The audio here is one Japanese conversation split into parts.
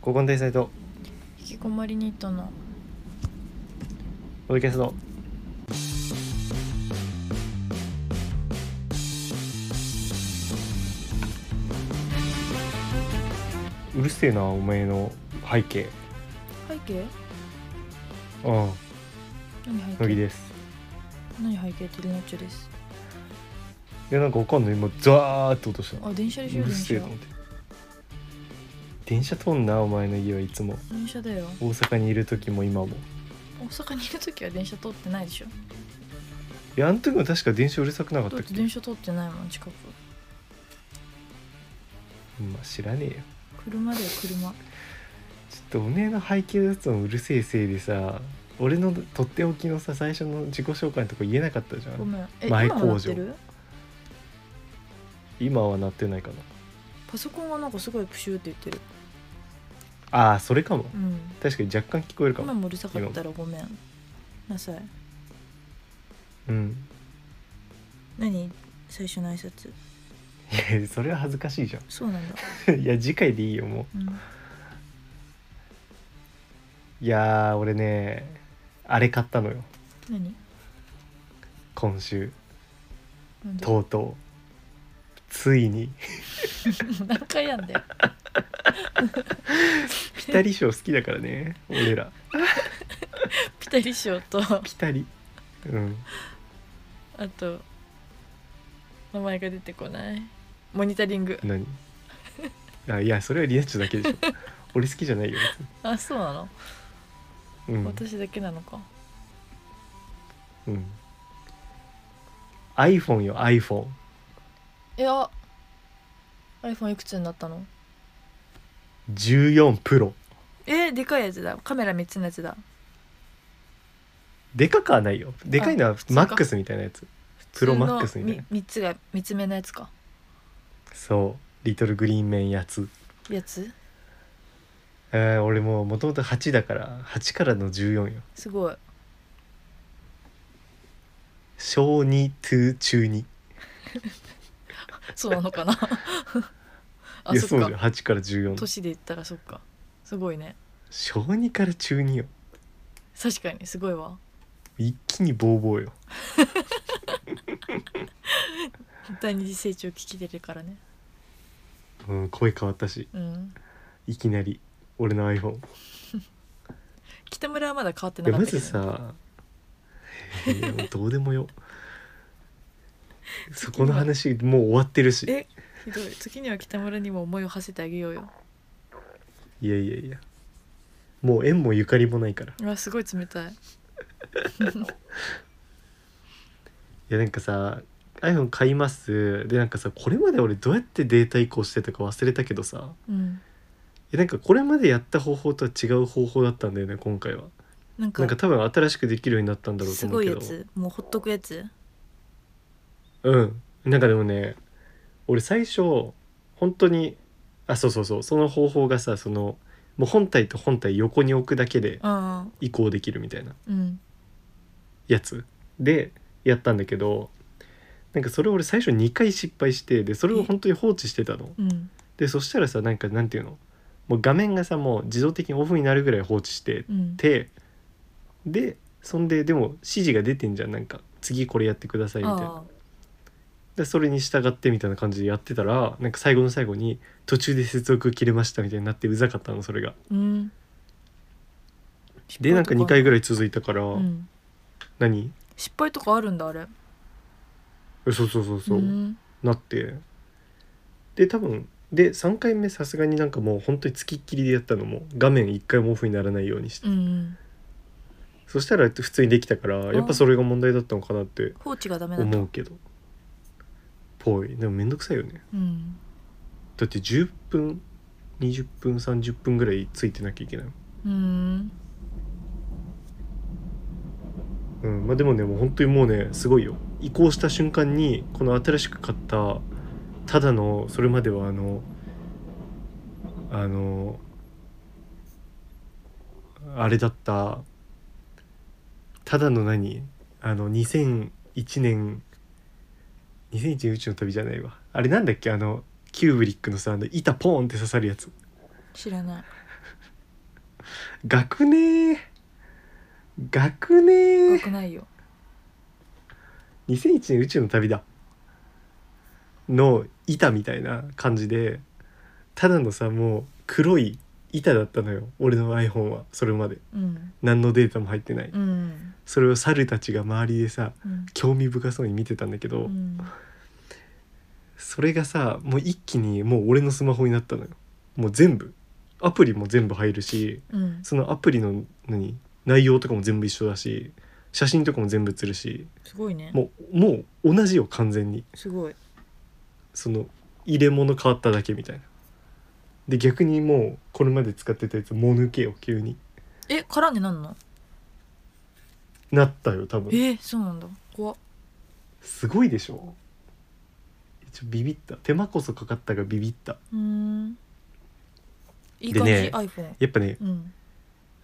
合コン天才と引きこもりニットのポッドキャストうるせえなお前の背景背景うん何背景乃木です何背景ってルナッチョですいやなんかわかんない今ザーって音したあ電車でしうょる電せえ車と思って電車通んなお前の家はいつも電車だよ大阪にいる時も今も大阪にいる時は電車通ってないでしょいやあの時も確か電車うるさくなかっただっってけ電車通ってないもん近くまあ知らねえよ車だよ車ちょっとお姉の配給雑音うるせえせいでさ俺のとっておきのさ最初の自己紹介のとこ言えなかったじゃごんめんえ今前も鳴って工る今はなってないかなパソコンがなんかすごいプシューって言ってるああそれかもうん確かに若干聞こえるか今ももうるさかったらごめんなさいうん何最初の挨拶いやそれは恥ずかしいじゃそうなんだ、ん いや次回でいいよもうん、ういやー俺ねあれ買ったのよ何今週なんでとうとうついに何回やんだよピタリ賞好きだからね俺らピタリ賞とピタリうんあと名前が出てこないモニタリング何 あいやそれはリアッチョだけでしょ俺好きじゃないよあそうなの、別にうん私だけなのかうん、iPhone よ iPhone いや iPhone いくつになったの14プロえー、でかいやつだカメラ3つのやつだでかくはないよでかいのは通か MAX みたいなやつプロ MAX みたいな3つが3つ目のやつかそうリトルグリーンメンやつやつえー俺もうもともと8だから8からの14よすごい小2トゥ中2いそうなの かなあやそそうっだよか8から14年で言ったらそっかすごいね小2から中2よ確かにすごいわ一気にボーボーよ第二次成長聞き出るからねうん声変わったしうんいきなり俺の iPhone 北村はまだ変わっていなやかまったけどずさいやもうどうでもよ そこの話もう終わってるしえひどい時には北村にも思いを馳せてあげようよいやいやいやもう縁もゆかりもないからいうわすごい冷たいやなんかさ iPhone 買いますでなんかさこれまで俺どうやってデータ移行してたか忘れたけどさうんいやなんかこれまでやった方法とは違う方法だったんだよね今回はなんかなんか多分新しくできるようになったんだろうとす思うごいけやどつもうほっとくやつうんなんかでもね俺最初本当にあそうそうそうその方法がさそのもう本体と本体横に置くだけでうん移行できるみたいなうんやつでやったんだけどなんかそれ俺最初2回失敗してでそれを本当に放置してたのうんでそしたらさなんかなんていうのもう画面がさもう自動的にオフになるぐらい放置してうんてでそんででも指示が出てんじゃんなんか次これやってくださいみたいなああでそれに従ってみたいな感じでやってたらなんか最後の最後に途中で接続切れましたみたいになってうざかったのそれがうんでなんか2回ぐらい続いたから、うん何失敗とかあるんだあれえそうそうそうそう、んなってで多分で3回目さすがになんかもう本当につきっきりでやったのも画面1回もオフにならないようにして、うんそしたら普通にできたからやっぱそれが問題だったのかなって放置がダメだった思うけどぽいでもめんどくさいよねうんだって10分20分30分ぐらいついてなきゃいけないうんうん、まあでもねもう本当にもうねすごいよ移行した瞬間にこの新しく買ったただのそれまではあのあのあれだったただの何あの2001年2001年宇宙の旅じゃないわあれなんだっけあのキューブリックのさあの板ポーンって刺さるやつ知らない学ね学ねくないよ2001年宇宙の旅だの板みたいな感じでただのさもう黒い板だったのよ俺の iPhone はそれまでうん何のデータも入ってないうんそれを猿たちが周りでさうん興味深そうに見てたんだけど、うんそれがさもう一気にもう俺のスマホになったのよもう全部アプリも全部入るしうんそのアプリの何内容とかも全部一緒だし写真とかも全部写るしすごいねもうもう同じよ完全にすごいその入れ物変わっただけみたいなで逆にもうこれまで使ってたやつもう抜けよ急にえからになんのなったよ多分えそうなんだ怖っすごいでしょちょビビった手間こそかかったがビビったうーんいいで感じ、ね iPhone やっぱねうん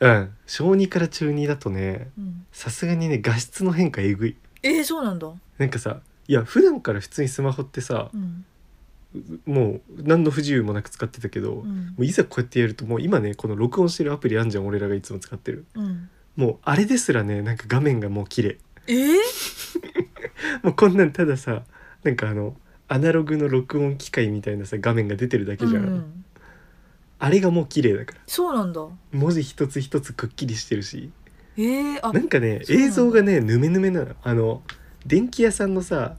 うん小2から中2だとねうんさすがにね画質の変化えぐいえー、そうなんだなんかさいや普段から普通にスマホってさうんもう何の不自由もなく使ってたけど、もうんういざこうやってやるともう今ねこの録音してるアプリあんじゃん俺らがいつも使ってるうんもうあれですらねなんか画面がもう綺麗えー、もうこんなんたださなんかあのアナログの録音機械みたいなさ画面が出てるだけうんじうゃん、んあれがもう綺麗だからそうなんだ文字一つ一つくっきりしてるしえー、あなんかねそうなんだ映像がねヌメヌメなのあの電気屋さんのさ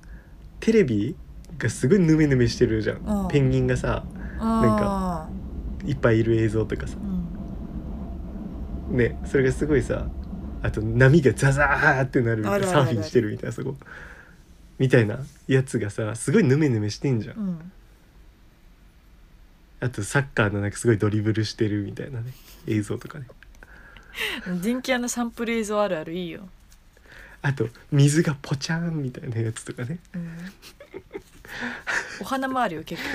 テレビがすごいヌメヌメしてるじゃうんんペンギンがさなんかいっぱいいる映像とかさうんねそれがすごいさあと波がザザーってなるみたいあるなあサるあるーフィンしてるみたいなそこみたいなやつがさすごいヌメヌメしてんじゃんうんあとサッカーのなんかすごいドリブルしてるみたいなね映像とかね電気屋のサンプル映像あるあるいいよ、あと水がポチャーンみたいなやつとかねうん、お花もあるよ結構い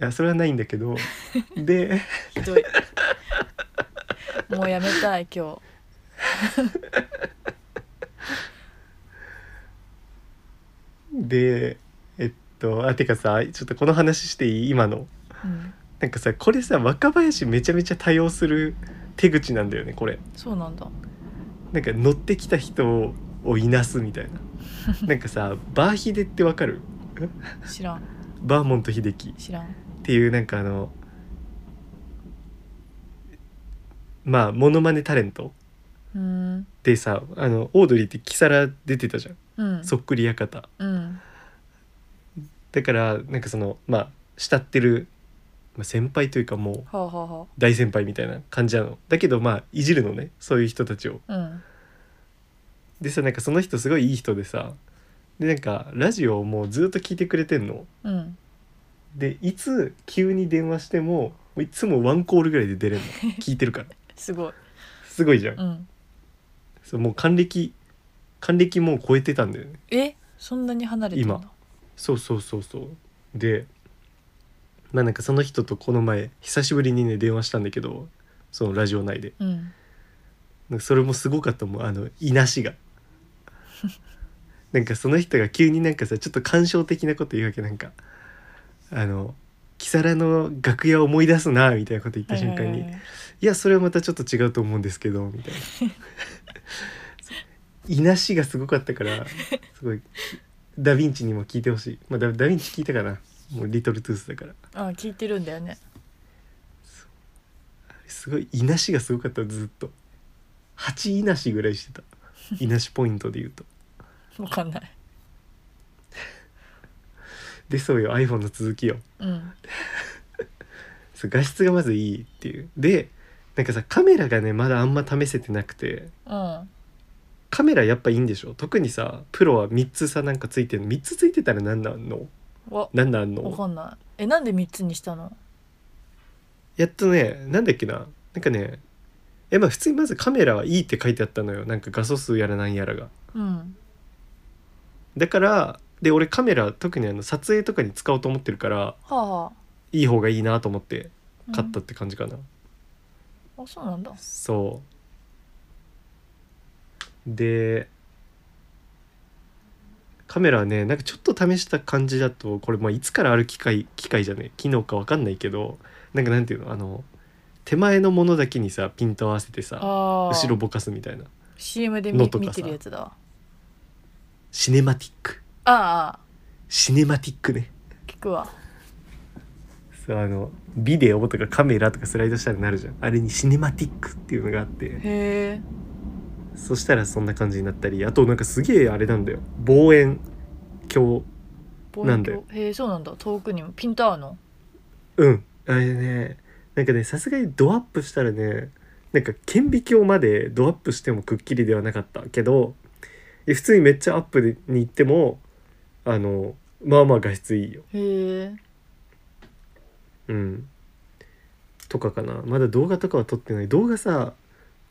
やそれはないんだけどでひどいもうやめたい今でえっとあてかさちょっとこの話していい今の日、うん、なんかさこれさ若林めちゃめちゃ多用する手口なんだよねこれそうなんだなんか乗ってきた人をいなすみたいななんかさバーヒデってわかる知らんバーモント秀樹知らんっていうなんかあのまあモノマネタレントうんでさあのオードリーってキサラ出てたじゃん、うんそっくり館うんだからなんかそのまあ慕ってる、まあ、先輩というかもうはあはあは大先輩みたいな感じなのだけどまあいじるのねそういう人たちをあうんでさなんかその人すごいいい人でさでなんかラジオをもうずっと聞いてくれてんのうんでいつ急に電話してももういつもワンコールぐらいで出れるの聞いてるからすごいすごいじゃん、うんそうもう還暦還暦もう超えてたんだよねえそんなに離れてんだ今そうそうそうそうでまあなんかその人とこの前久しぶりにね電話したんだけどそのラジオ内でうんなんかそれもすごかったもんあのいなしがなんかその人が急になんかさちょっと感傷的なこと言うわけなんかあの「キサラの楽屋を思い出すな」みたいなこと言った瞬間に「いはいはいはいやそれはまたちょっと違うと思うんですけど」みたいな いなしがすごかったからすごいダ・ヴィンチにも聞いてほしい、まあ、ダダ・ヴィンチ聞いたかなもう「リトル・トゥース」だからあ聞いてるんだよねすごいいなしがすごかったずっと8いなしぐらいしてたいなしポイントで言うと。わかんないでそうよ iPhone の続きようんそう画質がまずいいっていうでなんかさカメラがねまだあんま試せてなくてうんカメラやっぱいいんでしょ特にさプロは3つさなんかついてるの3つついてたら何なんのわ何なんわのかんないえなんで三つにしたのやっとねなんだっけななんかねえまあ普通にまずカメラはいいって書いてあったのよなんか画素数やらなんやらがうんだからで俺カメラ特にあの撮影とかに使おうと思ってるからはあはあいい方がいいなと思ってうん買ったって感じかな、あそうなんだそうでカメラはねなんかちょっと試した感じだとこれまあいつからある機械機械じゃねえ機能かわかんないけどなんかなんていうのあの手前のものだけにさピント合わせてさああ後ろぼかすみたいな CM での見とか見さてるやつだわシネマティックあああシネマティックねあ聞くわそうあのビデオとかカメラとかスライドしたらなるじゃんあれにシネマティックっていうのがあってへえそしたらそんな感じになったりあとなんかすげえあれなんだよ望遠鏡なんだよへえそうなんだ遠くにもピント合うのうんあれねなんかねさすがにドアップしたらねなんか顕微鏡までドアップしてもくっきりではなかったけどえ普通にめっちゃアップに行ってもあのまあまあ画質いいよへえうんとかかなまだ動画とかは撮ってない動画さ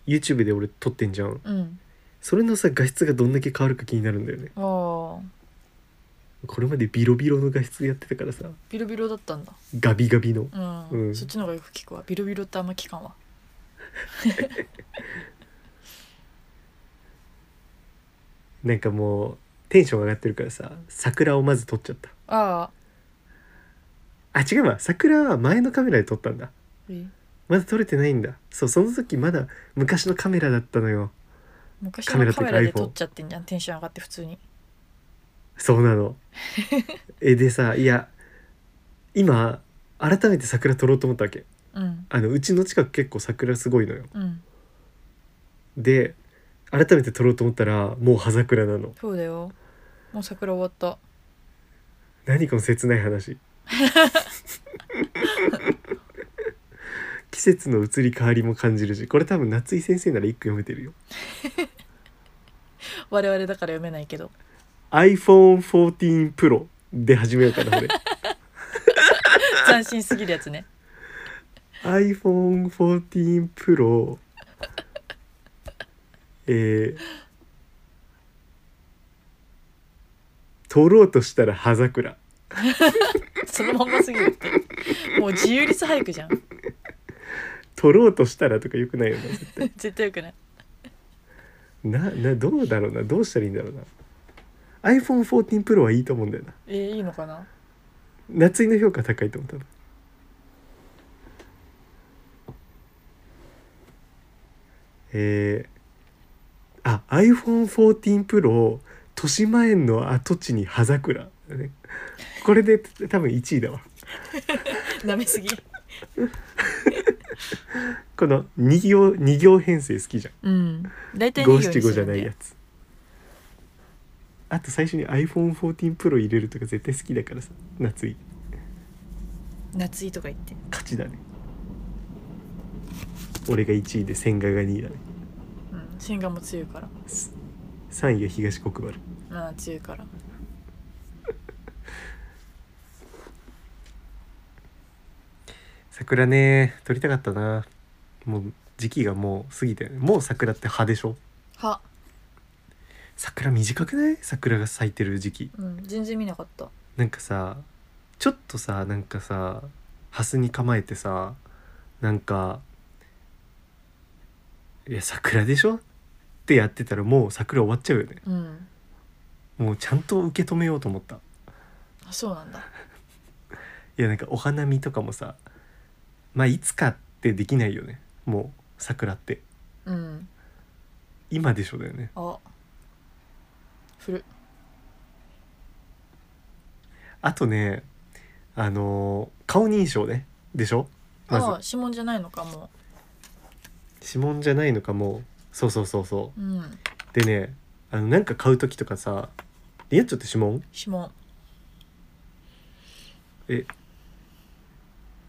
YouTube で俺撮ってんじゃんうんそれのさ画質がどんだけ変わるか気になるんだよねああこれまでビロビロの画質やってたからさビロビロだったんだガビガビのうん、うんそっちの方がよく聞くわビロビロってあんま聞かんわなんかもうテンション上がってるからさ桜をまず撮っちゃったあああ違うわ桜は前のカメラで撮ったんだえまだ撮れてないんだそうその時まだ昔のカメラだったのよ昔カメラっのてカいうかメラ iPhone で撮っちゃってんじゃんテンション上がって普通にそうなのえでさいや今改めて桜撮ろうと思ったわけうんあのうちの近く結構桜すごいのようんで改めて撮ろうと思ったらもう葉桜なのそうだよもう桜終わった何この切ない話季節の移り変わりも感じるしこれ多分夏井先生なら一句読めてるよ我々だから読めないけど iPhone14 Pro で始めようかな俺斬新すぎるやつね iPhone14 Pro えー、撮ろうとしたら葉桜そのまんますぎるってもう自由律俳句じゃん 撮ろうとしたらとかよくないよね絶対絶対よくないななどうだろうなどうしたらいいんだろうな iPhone14 Pro はいいと思うんだよなえーいいのかな夏井の評価高いと思う多分えー、あ iPhone14 Pro 豊島園の跡地に葉桜だねこれで多分1位だわ舐めすぎこの2行二行編成好きじゃんうん大体五二行七にす五じるゃんだないやつあと最初に iPhone14 Pro 入れるとか絶対好きだからさ夏井夏井とか言って勝ちだね俺が1位で千賀が2位だねうん千賀も強いから3位が東国原まあ強いから桜ね撮りたかったなもう時期がもう過ぎてもう桜って葉でしょは桜短くない桜が咲いてる時期うん全然見なかったなんかさちょっとさなんかさハスに構えてさなんか「いや桜でしょ?」ってやってたらもう桜終わっちゃうよねうんもうちゃんと受け止めようと思ったあそうなんだいやなんかお花見とかもさまあいつかってできないよねもう桜ってうん今でしょだよねあ古あとねあのー顔認証ねでしょまずあ指紋じゃないのかも指紋じゃないのかもうそうそうそうそうううんでねあのなんか買う時とかさリアッチョって指紋指紋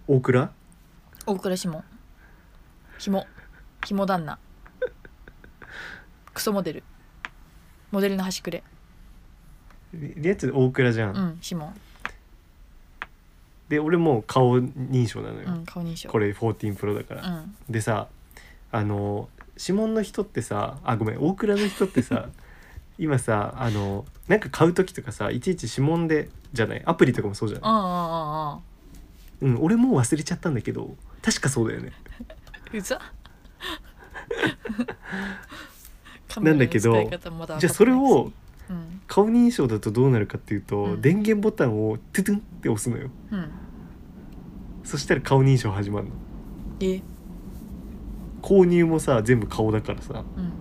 大倉大倉指紋紐紐旦那クソモデルモデルの端くれリリアッチョ大倉じゃん、うん指紋で俺もう顔認証なのよ、うん顔認証これ14プロだから、うんでさあの指紋の人ってさあごめん大倉の人って さ今さあのなんか買う時とかさいちいち指紋でじゃないアプリとかもそうじゃうない、んうんうんうんうん、俺もう忘れちゃったんだけど確かそうだよねうざ なんだけどカメラの使い方まだ分かってないじゃあそれをうん顔認証だとどうなるかっていうと、うん電源ボタンをトゥトゥンって押すのようんそしたら顔認証始まるのえ購入もさ全部顔だからさうん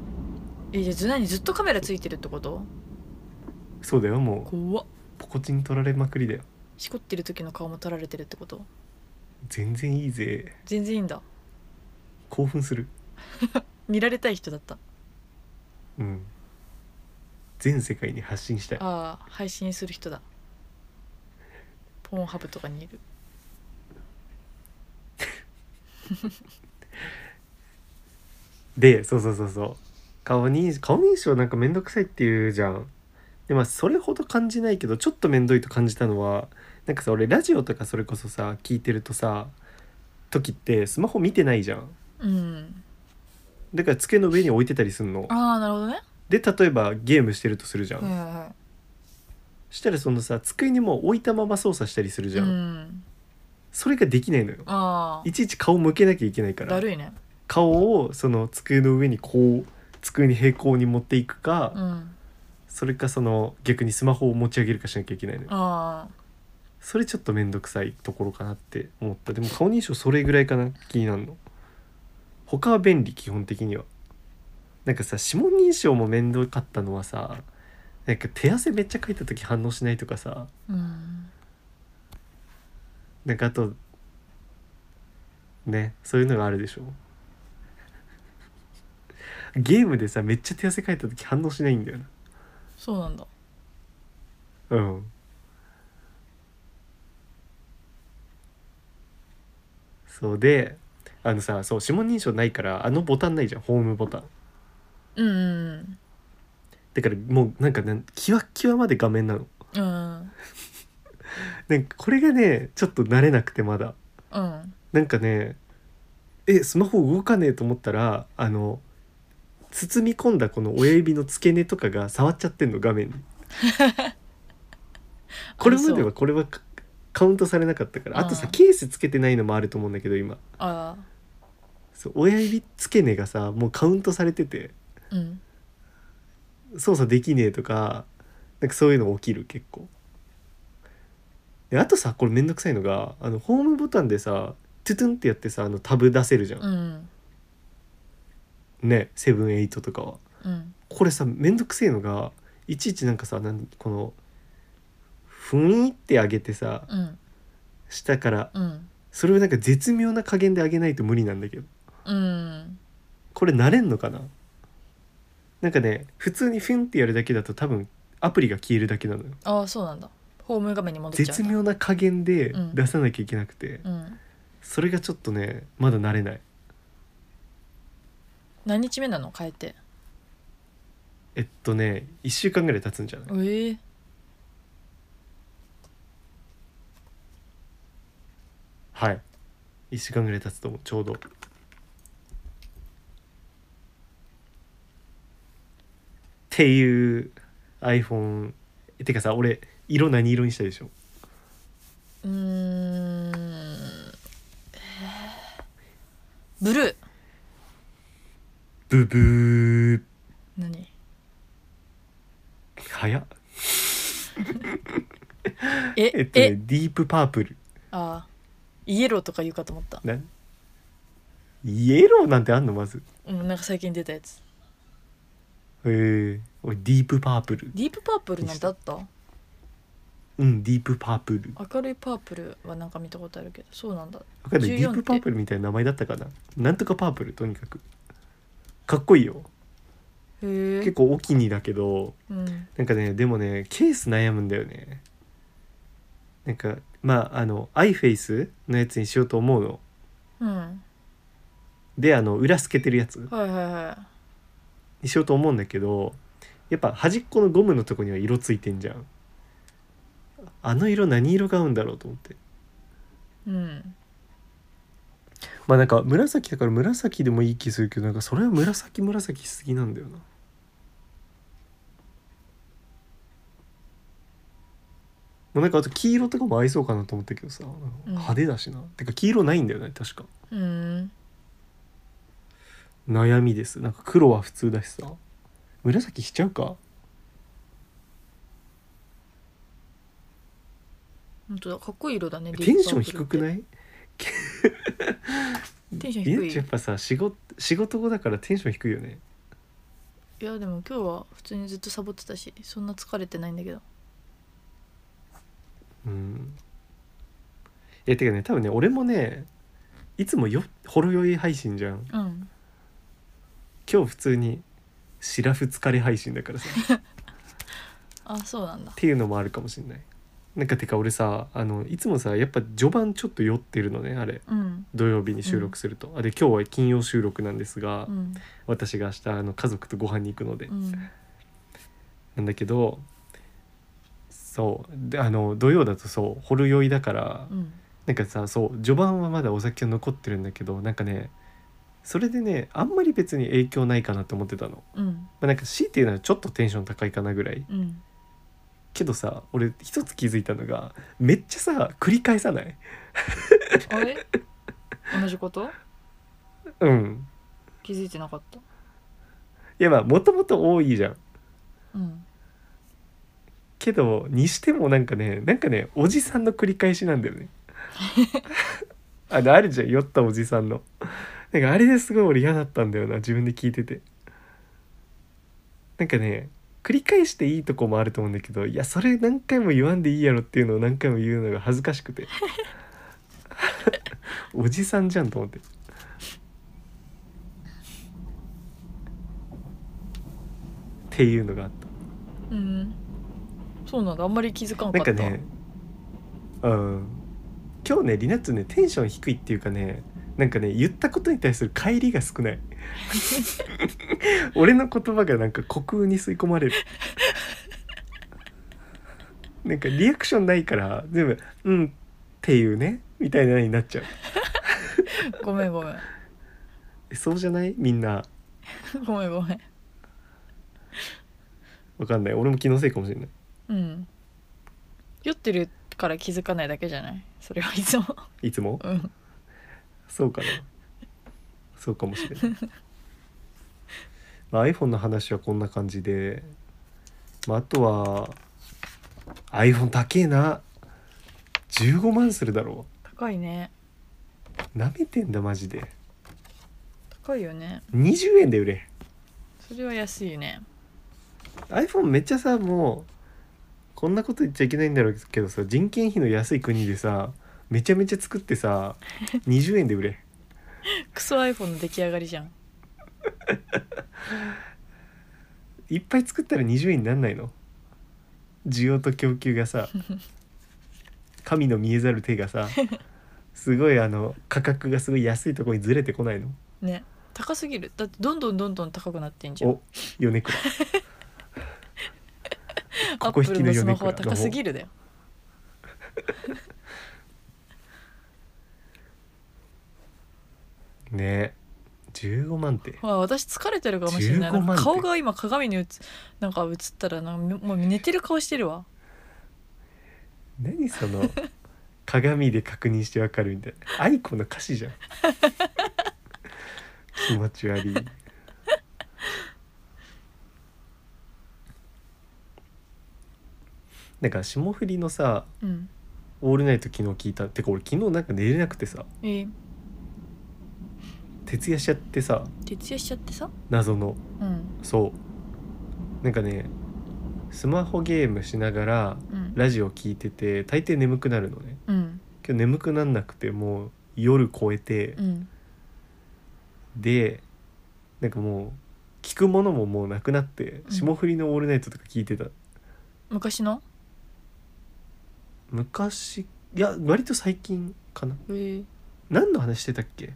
えじゃあず何ずっとカメラついてるってことそうだよもう怖っポコチン取られまくりだよしこってる時の顔も撮られてるってこと全然いいぜ全然いいんだ興奮する見られたい人だったうん全世界に発信したいああ配信する人だポーンハブとかにいるでそうそうそうそう顔認顔認証なんかめんどくさいっていうじゃんでまあそれほど感じないけどちょっとめんどいと感じたのはなんかさ俺ラジオとかそれこそさ聞いてるとさ時ってスマホ見てないじゃんうんだから机の上に置いてたりすんのああなるほどねで例えばゲームしてるとするじゃん、はいはいはいしたらそのさ机にもう置いたまま操作したりするじゃん、うんそれができないのよあいちいち顔向けなきゃいけないかあらだるいね顔をその机の上にこう机に平行に持っていくか、うんそれかその逆にスマホを持ち上げるかしなきゃいけないのよあそれちょっと面倒くさいところかなって思ったでも顔認証それぐらいかな気になるの他は便利基本的にはなんかさ指紋認証も面倒かったのはさなんか手汗めっちゃかいた時反応しないとかさあうんなんかあとねそういうのがあるでしょゲームでさめっちゃ手汗かいた時反応しないんだよなそうなんだうんそうであのさそう指紋認証ないからあのボタンないじゃんホームボタンうんうんだからもうなんかねキワッキワまで画面なのうんうんなんかこれがねちょっと慣れなくてまだうんなんかねえスマホ動かねえと思ったらあの包み込んだこの親指の付け根とかが触っちゃってんの画 面にこれまではこれはカカウントされなかったからあとさうんケースつけてないのもあると思うんだけど今あそう親指付け根がさもうカウントされててあうん操作できねえとかなんかそういうの起きる結構であとさこれめんどくさいのがあのホームボタンでさトゥトゥンってやってさあのタブ出せるじゃんうんねセブンエイトとかはうんこれさめんどくせえのがいちいちなんかさなんこのふにって上げてさうん下からうんそれをなんか絶妙な加減で上げないと無理なんだけどうんこれ慣れんのかななんかね普通にフンってやるだけだと多分アプリが消えるだけなのよああそうなんだホーム画面に戻っちゃう絶んだ妙な加減でうん出さなきゃいけなくて、うんそれがちょっとねまだ慣れない何日目なの変えてえっとね1週間ぐらい経つんじゃないええはい1週間ぐらい経つと思うちょうどっていう iPhone えてかさ俺色何色にしたでしょうーんえーブルブーブ何ー早っええっとねえディープパープルああイエローとか言うかと思ったなんイエローなんてあんのまずうんなんか最近出たやつへえ俺ディープパープルディープパープルなんてあったうんディープパープル明るいパープルはなんか見たことあるけどそうなんだわかんない14ディープパープルみたいな名前だったかななんとかパープルとにかくかっこいいよへ結え、構お気にだけどうん、なんかねでもねケース悩むんだよねなんかまああのアイフェイスのやつにしようと思うのうんであの裏透けてるやつはいはいはいにしようと思うんだけどやっぱ端っこのゴムのとこには色ついてんじゃんあの色何色が合うんだろうと思ってうんまあなんか紫だから紫でもいい気するけどなんかそれは紫紫しすぎなんだよなまあなんかあと黄色とかも合いそうかなと思ったけどさなんか派手だしな、てか黄色ないんだよね確かうん悩みですなんか黒は普通だしさ紫しちゃうか本当だかっこいい色だねテンション低くいないテンションリナ低ッいチやっぱさ仕事仕事後だからテンション低いよねいやでも今日は普通にずっとサボってたしそんな疲れてないんだけどうんえてかね多分ね俺もねいつもよほろ酔い配信じゃんうん今日普通にシラフ疲れ配信だから さっあそうなんだていうのもあるかもしんないなんかてか俺さあのいつもさやっぱ序盤ちょっと酔ってるのねあれうん土曜日に収録すると、あで今日は金曜収録なんですが、うん私が明日あの家族とご飯に行くので、うんなんだけどそうであの土曜だとそうほろ酔いだから、うんなんかさそう序盤はまだお酒が残ってるんだけどなんかねそれでねあんまり別に影響ないかなって思ってたの、まうんあ、なんか強いて言うならちょっとテンション高いかなぐらいうんけどさ俺一つ気づいたのがめっちゃさ繰り返さないあ れ同じことうん気づいてなかったいやまあもともと多いじゃんうんけどにしてもなんかねなんかねおじさんの繰り返しなんだよねあのあるじゃん酔ったおじさんのなんかあれですごい俺嫌だったんだよな自分で聞いててなんかね繰り返していいとこもあると思うんだけどいやそれ何回も言わんでいいやろっていうのを何回も言うのが恥ずかしくておじさんじゃんと思ってっていうのがあったうんそうなんだあんまり気づかなんかんっかたねうん今日ねリナッツねテンション低いっていうかねなんかね言ったことに対する帰りが少ない俺の言葉がなんか虚空に吸い込まれるなんかリアクションないから全部「うん」っていうねみたいなのになっちゃうごめんごめんえそうじゃないみんなごめんごめんわかんない俺も気のせいかもしれないうん酔ってるから気づかないだけじゃないそれはいつもいつもうんそうかな。そうかもしれない。まあ、iPhone の話はこんな感じで、まあ、あとは iPhone 高えな15万するだろ高いねうなめてんだマジで高いよね20円で売れそれは安いね iPhone めっちゃさもうこんなこと言っちゃいけないんだろうけどさ人件費の安い国でさめちゃめちゃ作ってさ20円で売れクソ iPhone の出来上がりじゃんいっぱい作ったら20円になんないの需要と供給が さ神の見えざる手がさすごいあの価格がすごい安いところにずれてこないのね高すぎるだってどんどんどんどん高くなってんじゃんお米倉 アここップ引ルきののス米マホは倉高すぎるだよどうもね15万ってわあ私疲れてるかもしれない15万なっんかて顔が今鏡に映なんか映ったらなんかもう寝てる顔してるわ何その 鏡で確認してわかるみたいなアイコの歌詞じゃん 気持ち悪いなんか霜降りのさうん「オールナイト」昨日聞いたてか俺昨日なんか寝れなくてさえー徹夜しちゃってさ徹夜しちゃってさ謎のうんそうなんかねスマホゲームしながらうんラジオ聞いてて大抵眠くなるのねうん今日眠くなんなくてもう夜超えて、うんでなんかもう聞くものももうなくなってうん霜降りの「オールナイト」とか聞いてた、昔の昔いや割と最近かなえー何の話してたっけ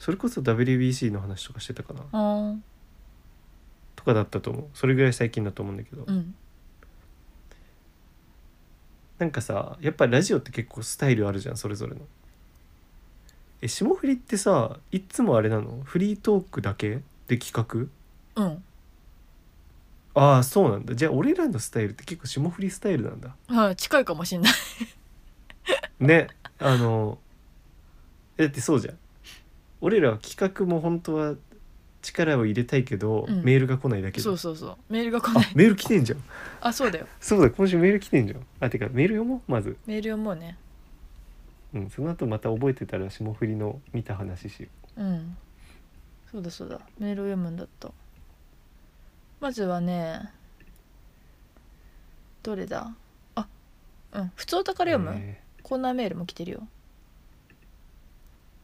それこそ WBC の話とかしてたかなあーとかだったと思うそれぐらい最近だと思うんだけど、うんなんかさやっぱラジオって結構スタイルあるじゃんそれぞれのえ霜降りってさいつもあれなのフリートークだけで企画うんああそうなんだじゃあ俺らのスタイルって結構霜降りスタイルなんだはい近いかもしんないねあのえだってそうじゃん俺らは企画も本当は力を入れたいけど、うんメールが来ないだけそどうそうそうメールが来あないメール来てんじゃんあそうだよそうだ今週メール来てんじゃんあてかメール読もうまずメールはもうねうん、その後また覚えてたら霜降りの見た話しようんそうだそうだメールを読むんだったまずはねどれだあうん普通おう宝読む、えコーナーメールも来てるよー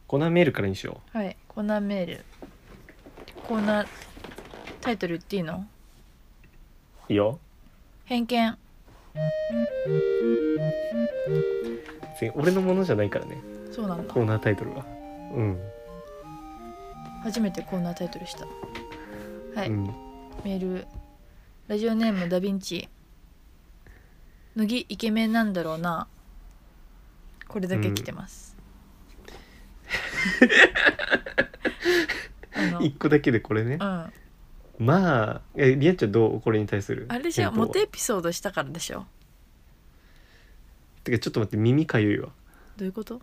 コーナーメールからにしよはいコーナーメールコーナータイトル言っていいのういいよ偏見別に俺のものじゃないからねそうなんだコーナータイトルはうん、初めてコーナータイトルしたはい、うん、メールラジオネームダヴィンチ脱ぎイケメンなんだろうなこれだけ来てます、あの一個だけでこれねうんまあえリアちゃんどうこれに対するあれじゃ返答はモテエピソードしたからでしょてかちょっと待って耳かゆいわどういうこと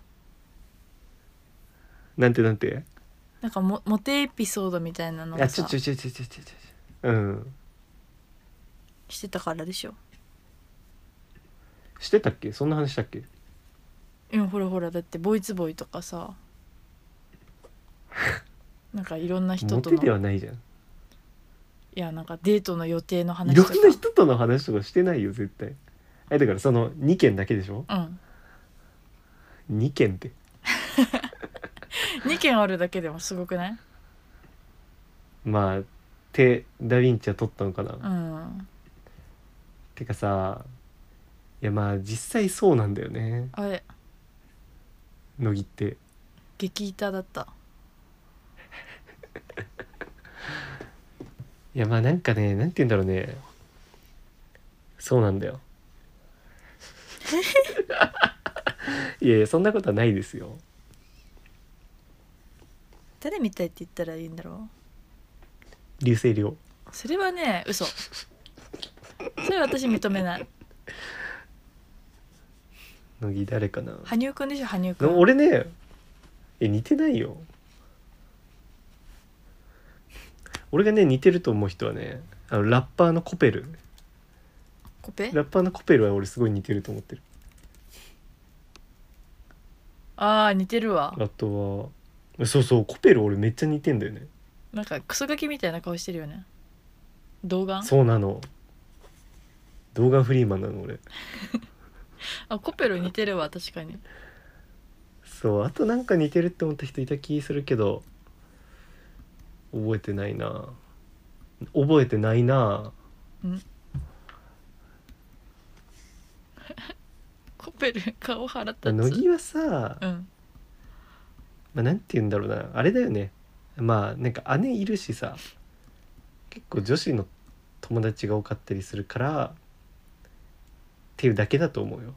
なんてなんてなんかモモテエピソードみたいなのあがちょさちょちょちょちょちょちょうんしてたからでしょしてたっけそんな話したっけうんほらほらだってボイツボイとかさなんかいろんな人モとテのではないじゃんいやなんかデートの予定のい話とろかんな人との話とかしてないよ絶対えだからその2件だけでしょうん2件って2件あるだけでもすごくないまあ手ダ・ヴィンチは取ったのかな、うんてかさいやまあ実際そうなんだよねあれ乃木って激イタだったいやまあなんかねなんて言うんだろうねそうなん だよいやいやそんなことはないですよ誰みたいって言ったらいいんだろ流星涼うそれはね嘘それは私認めない乃木誰かな、羽生くんでしょ羽生くでんも俺ねえ似てないよ俺がね似てると思う人はねあのラッパーのコペルコペラッパーのコペルは俺すごい似てると思ってるああ似てるわあとはそうそうコペル俺めっちゃ似てんだよねなんかクソガキみたいな顔してるよね童顔そうなの動画フリーマンなの俺あコペル似てるわ確かにそうあとなんか似てるって思った人いた気するけど覚えてないな覚えてないなコペル顔払った乃木はさ、うんまあ、なんて言うんだろうなあれだよねまあなんか姉いるしさ結構女子の友達が多かったりするからっていうだけだと思うよっ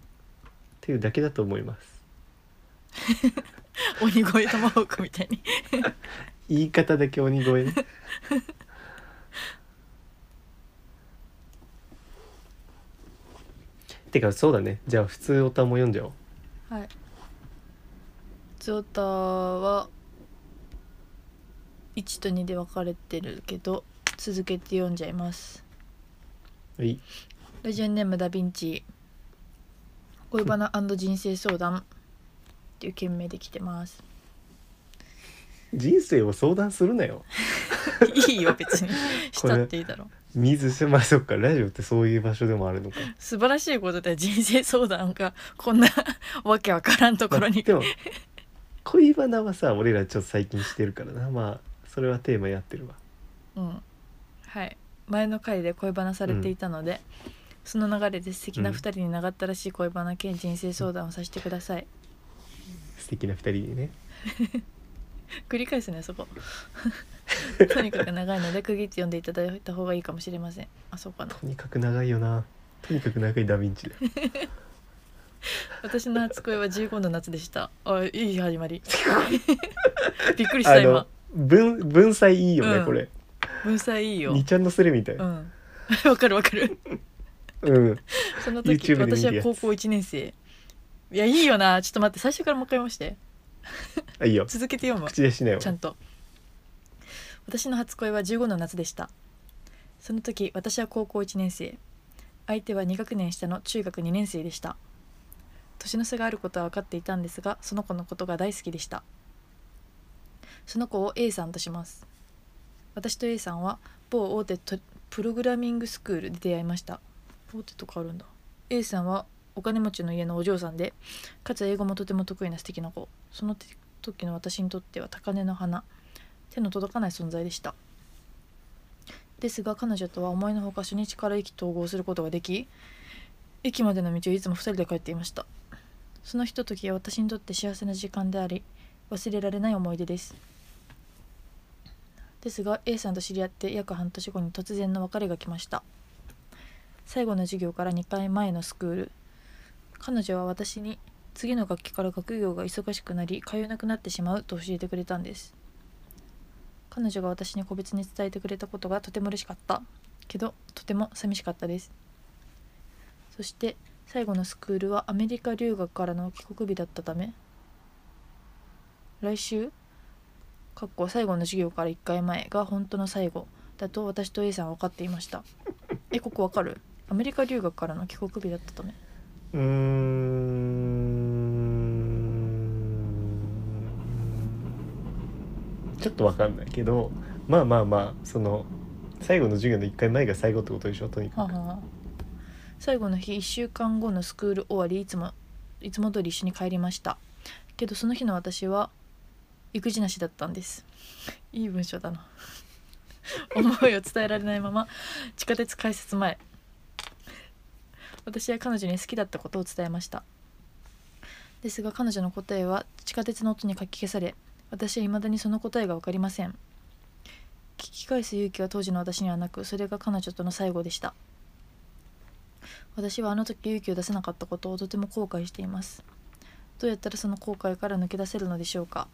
ていうだけだと思います鬼越トマホークみたいに言い方だけ鬼越ね てかそうだねじゃあ普通おたも読んじゃおうはいツオタは1と2で分かれてるけど続けて読んじゃいますはいラジオネームダヴィンチ恋バナ人生相談っていう件名で来てます人生を相談するなよ いいよ別に したっていいだろう水しましょうかラジオってそういう場所でもあるのか素晴らしいことで人生相談がこんなわけわからんところにでも恋バナはさ俺らちょっと最近してるからなまあそれはテーマやってるわうん、はい前の回で恋バナされていたので、その流れで素敵な2人に長ったらしい恋バナ兼人生相談をさせてください、素敵な二人にね繰り返すねそこ とにかく長いので区切って読んでいただいた方がいいかもしれませんあそうかなとにかく長いよなとにかく長いダヴィン チだよ私の初恋は15の夏でしたあいい始まり びっくりした今文文才いいよね、うんこれ文才いいよ二ちゃんのするみたいううん わかるわかるんその YouTube で見時るやつ私は高校1年生いやいいよなちょっと待って最初からもう一回読ましてあいいよ続けて読む口出しなよちゃんと私の初恋は15の夏でしたその時私は高校1年生相手は2学年下の中学2年生でした年の差があることは分かっていたんですがその子のことが大好きでしたその子を A さんとします私と A さんは某大手とプログラミングスクールで出会いました大手とかあるんだ A さんはお金持ちの家のお嬢さんでかつ英語もとても得意な素敵な子その時の私にとっては高嶺の花手の届かない存在でしたですが彼女とは思いのほか初日から意気投合することができ駅までの道をいつも2人で帰っていましたそのひとときは私にとって幸せな時間であり忘れられない思い出ですですが A さんと知り合って約半年後に突然の別れが来ました最後の授業から2回前のスクール彼女は私に次の学期から学業が忙しくなり通えなくなってしまうと教えてくれたんです彼女が私に個別に伝えてくれたことがとても嬉しかったけどとても寂しかったですそして最後のスクールはアメリカ留学からの帰国日だったため来週かっこ最後の授業から1回前が本当の最後だと私と A さんは分かっていましたえここ分かるアメリカ留学からの帰国日だったためうーんちょっとわかんないけどまあまあまあその最後の授業の1回前が最後ってことでしょとにはあかく。はあ最後の日1週間後のスクール終わりいつもいつも通り一緒に帰りましたけどその日の私は育児なしだったんですいい文章だな思いを伝えられないまま地下鉄改札前私は彼女に好きだったことを伝えましたですが彼女の答えは地下鉄の音にかき消され私は未だにその答えが分かりません聞き返す勇気は当時の私にはなくそれが彼女との最後でした私はあの時勇気を出せなかったことをとても後悔していますどうやったらその後悔から抜け出せるのでしょうか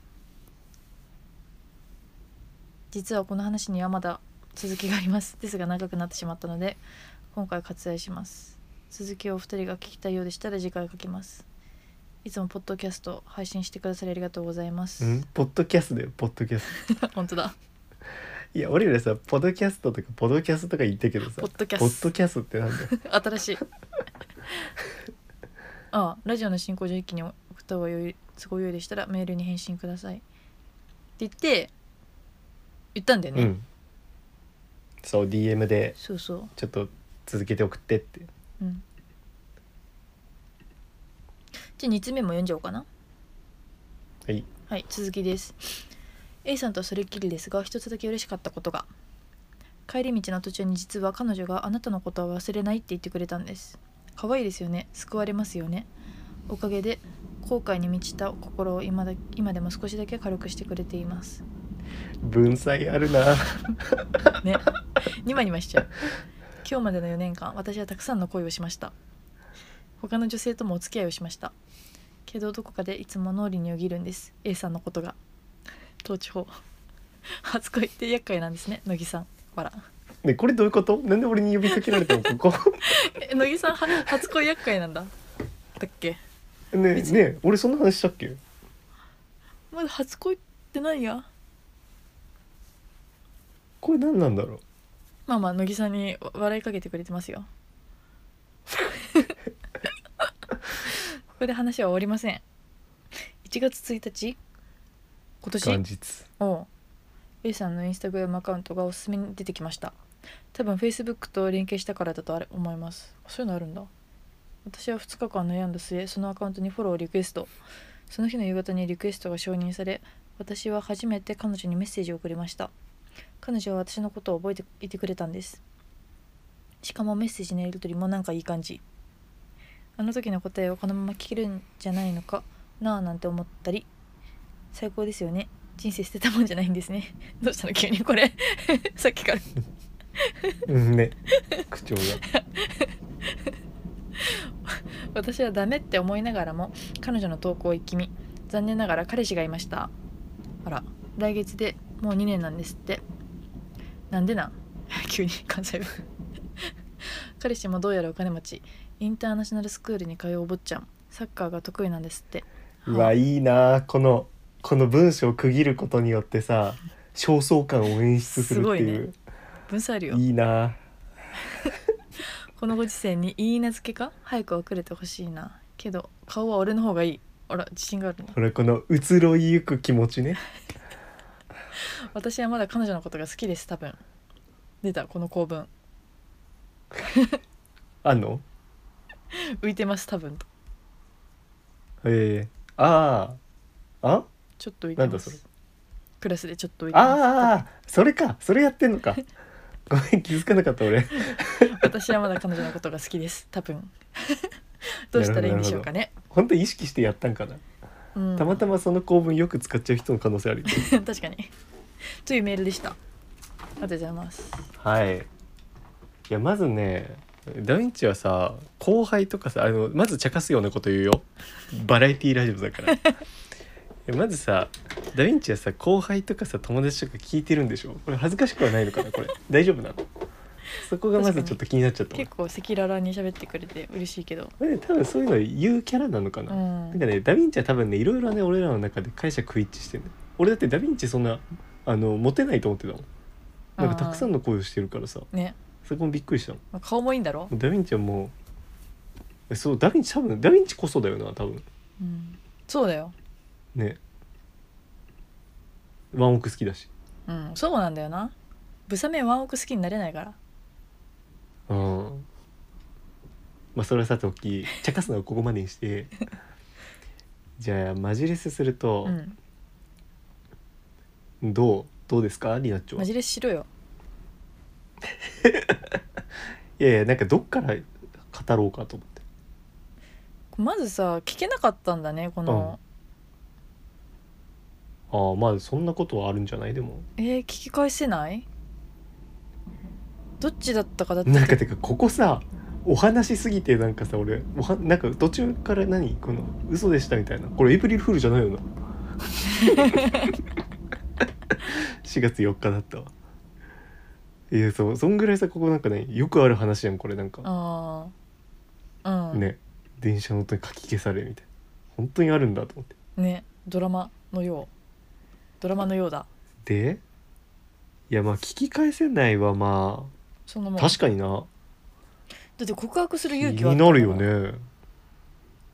実はこの話にはまだ続きがありますですが長くなってしまったので今回割愛します続きをお二人が聞きたいようでしたら次回書きますいつもポッドキャスト配信してくださりありがとうございますうん、ポッドキャストだよポッドキャスト 本当だいや俺らさポッドキャストとかポッドキャストとか言ったけどさポッドキャスポッドキャストってなんだよ新しい ああラジオの進行上一気に送った方がよい都合よいでしたらメールに返信くださいって言って言ったんだようね、んそう DM でそうそうちょっと続けて送ってってうんじゃあ2つ目も読んじゃおうかなはいはい続きです A さんとはそれっきりですが一つだけ嬉しかったことが帰り道の途中に実は彼女があなたのことは忘れないって言ってくれたんです可愛いですよね救われますよねおかげで後悔に満ちた心を今だ今でも少しだけ軽くしてくれています文才あるなねニマニマしちゃう今日までの4年間私はたくさんの恋をしました他の女性ともお付き合いをしましたけどどこかでいつも脳裏によぎるんです A さんのことが統治法初恋って厄介なんですね乃木さんわらねこれどういうことなんで俺に呼びかけられたの ここえ乃木さんは初恋厄介なんだだっけねね俺そんな話したっけまだ初恋って何やこれ何なんだろうまあまあ乃木さんにわ笑いかけてくれてますよ ここで話は終わりません1月1日今元年日おう A さんのインスタグラムアカウントがおすすめに出てきました多分 Facebook と連携したからだとあれ思いますそういうのあるんだ私は2日間悩んだ末そのアカウントにフォローをリクエストその日の夕方にリクエストが承認され私は初めて彼女にメッセージを送りました彼女は私のことを覚えていてくれたんですしかもメッセージのやり取りもなんかいい感じあの時の答えをこのまま聞けるんじゃないのかなあなんて思ったり最高ですよね人生捨てたもんじゃないんですね どうしたの急にこれ さっきからうん ね口調が私はダメって思いながらも彼女の投稿を一気見残念ながら彼氏がいましたあら来月でもう2年なんですってなんでなん 急に関西弁 彼氏もどうやらお金持ちインターナショナルスクールに通うお坊ちゃんサッカーが得意なんですってうわいいなこのこの文章を区切ることによってさ焦燥感を演出するっていう文才あるよいいなこのご時世に言い名付けか早く遅れてほしいなけど顔は俺の方がいいあら自信があるなほらこの移ろいゆく気持ちね私はまだ彼女のことが好きです多分出たこの構文あんの浮いてます多分とええあああちょっと浮いてますなんだそれクラスでちょっと浮いてますああそれかそれやってんのか ごめん気づかなかった俺私はまだ彼女のことが好きです 多分どうしたらいいんでしょうかね、本当意識してやったんかな、うん、たまたまその構文よく使っちゃう人の可能性あるよ 確かにというメールでしたありがとうございますはいいやまずねダヴィンチはさ後輩とかさあのまず茶化すようなこと言うよバラエティラジオだ からいやまずさダヴィンチはさ後輩とかさ友達とか聞いてるんでしょこれ恥ずかしくはないのかなこれ大丈夫なのそこがまずちょっと気になっちゃった俺結構赤裸々に喋ってくれて嬉しいけどこれね多分そういうの言うキャラなのかうな、んなんかねダヴィンチは多分ねいろいろね俺らの中で解釈一致してる俺だってダヴィンチそんなあのモテないと思ってたもんなんかたくさんの恋をしてるからさね、そこもびっくりしたのまあ顔もいいんだろ、ダヴィンチはもうえそうダヴィンチ多分ダヴィンチこそだよな多分うん、そうだよねワンオク好きだしうんそうなんだよなブサメンワンオク好きになれないからうんまあそれはさておき茶化すのはここまでにして じゃあマジレスするとう、んどうどうですかリナッチョはマジレスしろよいやいやなんかどっから語ろうかと思ってまずさ聞けなかったんだねこの、ああまあそんなことはあるんじゃないでもえー、聞き返せないどっちだったかだってなんかてかここさお話しすぎてなんかさ俺おはなんか途中から何この嘘でしたみたいなこれエイプリルフールじゃないよ な4月4日だったわいやそうそんぐらいさここなんかねよくある話やんこれなんか、ああうんね電車の音にかき消されみたいな本当にあるんだと思ってねドラマのようドラマのようだでいやまあ聞き返せないはまそのあもう確かになだって告白する気勇気はあにっなたるよからね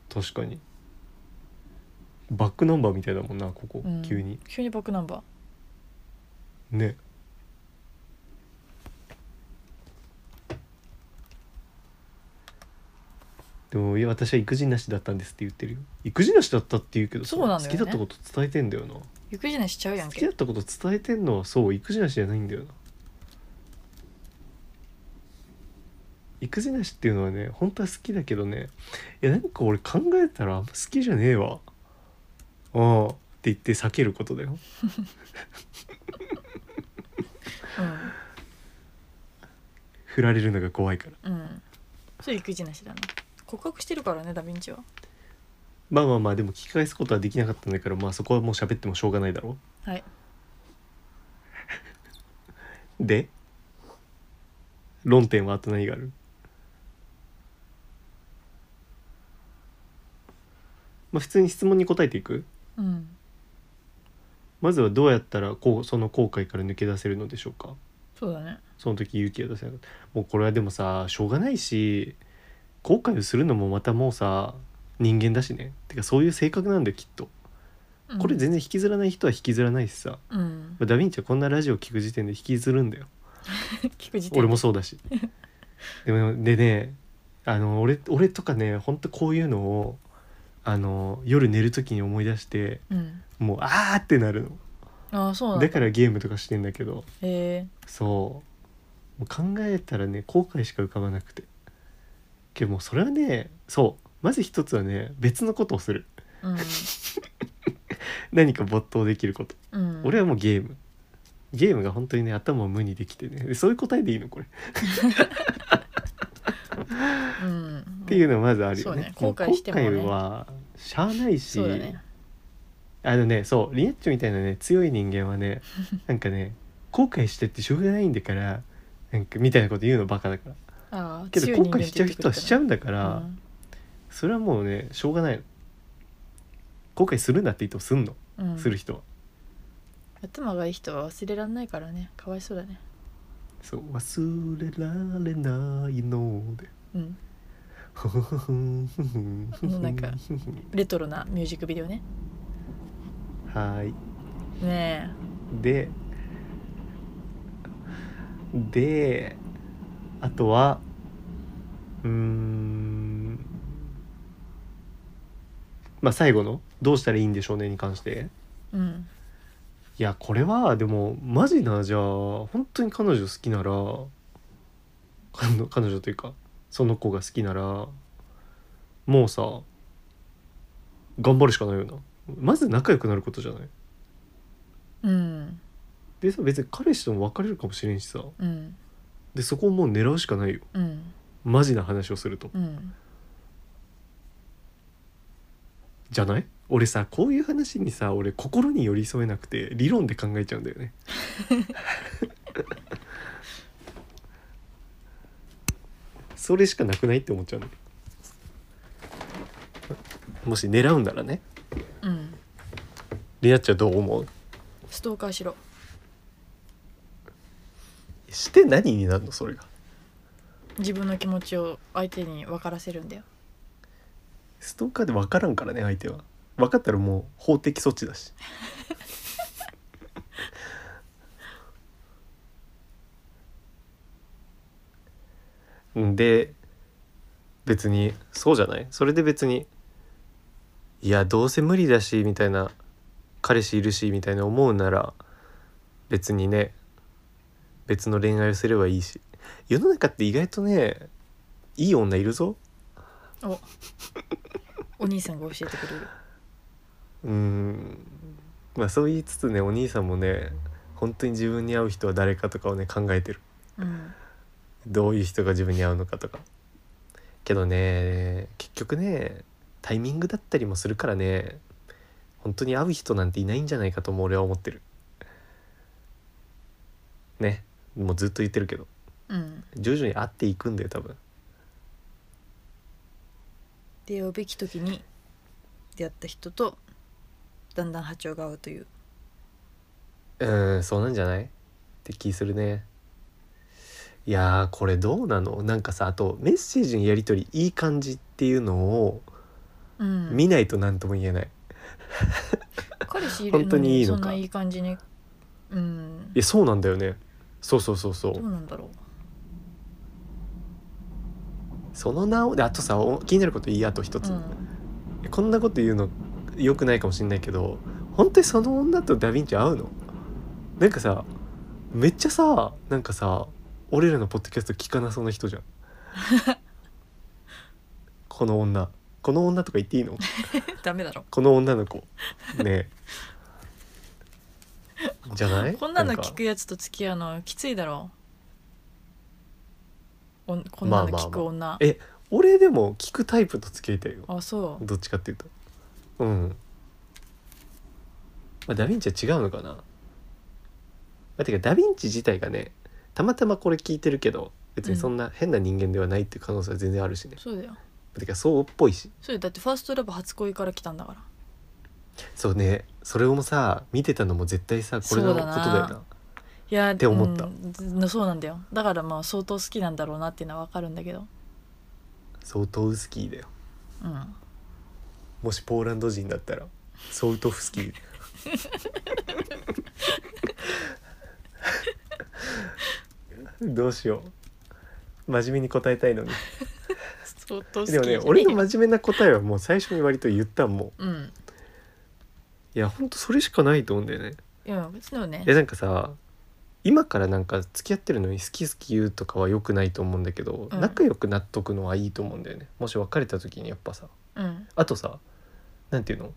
確かにバックナンバーみたいだもんなここ、うん急に急にバックナンバーねでもいや私は育児なしだったんですって言ってるよ育児なしだったって言うけどさそうなんだよね好きだったこと伝えてんだよな行くじゃないしちゃうやん好きだけったこと伝えてんのはそう育児なしじゃないんだよな育児なしっていうのはね本当は好きだけどねいやなんか俺考えたらあんま好きじゃねえわああって言って避けることだよ振られるのが怖いからうんうんそれ行くじゃないしだな告白してるからねダヴィンチはまあまあまあでも聞き返すことはできなかったんだからまあそこはもう喋ってもしょうがないだろはいで論点はあと何があるまあ普通に質問に答えていくうんまずはどうやったらこうその後悔から抜け出せるのでしょうかそうだねその時勇気が出せなかったもうこれはでもさしょうがないし後悔をするのもまたもうさ人間だしねてかそういう性格なんだよきっとうんこれ全然引きずらない人は引きずらないしさ、うんまあダヴィンチはこんなラジオ聞く時点で引きずるんだよ聞く時点俺もそう だしでもでねあの俺俺とかねほんとこういうのをあの夜寝る時に思い出してうんもうあーってなるああそうなのんだだからゲームとかしてんだけどへえそうもう考えたらね後悔しか浮かばなくてけどもうそれはねそうまず一つはね別のことをするうん何か没頭できることうん俺はもうゲームゲームが本当にね頭を無にできてねでそういう答えでいいのこれうんっていうのはまずあるよね。そうね後悔してもね後悔はしゃあないし、そうだねあのねそうリエッチョみたいなね強い人間は ねなんかね後悔してってしょうがないんだからなんかみたいなこと言うのバカだからああけ強どい後人悔間しちゃう人はしちゃううんだから、それはもうねしょうがないの後悔するんだって言ってもすんの、うんする人は頭がいい人は忘れられないからねかわいそうだねそう忘れられないのでうんふふふふんふふんふふなんかふふんレトロなミュージックビデオね はーいねでであとはうーんまあ最後の「どうしたらいいんでしょうね」に関してえうんいやこれはでもマジなじゃあ本当に彼女好きなら彼女彼女というかその子が好きならもうさ頑張るしかないよなまず仲良くなることじゃないうんでさ別に彼氏とも別れるかもしれんしさうんでそこをもう狙うしかないようんマジな話をするとうんじゃない俺さこういう話にさ俺心に寄り添えなくて理論で考えちゃうんだよ ねそれしかなくないって思っちゃうのもし狙うんならねうんリナッチはどう思うストーカーしろして何になるのそれが自分の気持ちを相手に分からせるんだよストーカーで分からんからね相手は分かったらもう法的措置だし んで別にそうじゃないそれで別にいやどうせ無理だしみたいな彼氏いるしみたいな思うなら別にね別の恋愛をすればいいし世の中って意外とねいい女いるぞおお兄さんが教えてくれるうーんまあそう言いつつねお兄さんもね本当に自分に合う人は誰かとかをね考えてるうんどういう人が自分に合うのかとかけどね結局ねタイミングだったりもするからね本当に合う人なんていないんじゃないかとも俺は思ってるねもうずっと言ってるけどうん徐々に合っていくんだよ多分出会うべき時に出会った人とだんだん波長が合うといううーんそうなんじゃないって気するねいやーこれどうなのなんかさあとメッセージのやり取りいい感じっていうのをうん見ないと何とも言えない、彼氏いる本当のにいにいのそかんないい感じにうんいやそうなんだよねそうそうそうそうどうなんだろその名をであとさお気になることいいあと一う、つ、うこんなこと言うの良くないかもしんないけど本当にその女とダヴィンチ合うのなんかさめっちゃさなんかさ俺らのポッドキャスト聞かなそうな人じゃ んこの女この女とか言っていいのん、 ダメだろこの女の子ねえじゃない こんなのか聞くやつと付き合うのきついだろおんこんなの聞く女、え俺でも聞くタイプと付き合いたいよあそうどっちかっていうとうん、まあ、ダヴィンチは違うのかな、まあ、てかダヴィンチ自体がねたまたまこれ聞いてるけど別にそんな変な人間ではないっていう可能性は全然あるしね、そうだよてかそうっぽいしそうだよだってファーストラブ初恋から来たんだからそうねそれをもさ見てたのも絶対さこれのことだよそうだなないやって思ったうん、そうなんだよだからまあ相当好きなんだろうなっていうのは分かるんだけど相当ウスキーだようんもしポーランド人だったらソウトフスキー どうしよう真面目に答えたいのに相当好きでもね俺の真面目な答えはもう最初に割と言ったもうんういやほんとそれしかないと思うんだよねいや別のねいやなんかさ今からなんか付き合ってるのに好き好き言うとかは良くないと思うんだけど、うん仲良くなっとくのはいいと思うんだよねもし別れた時にやっぱさうんあとさなんていうの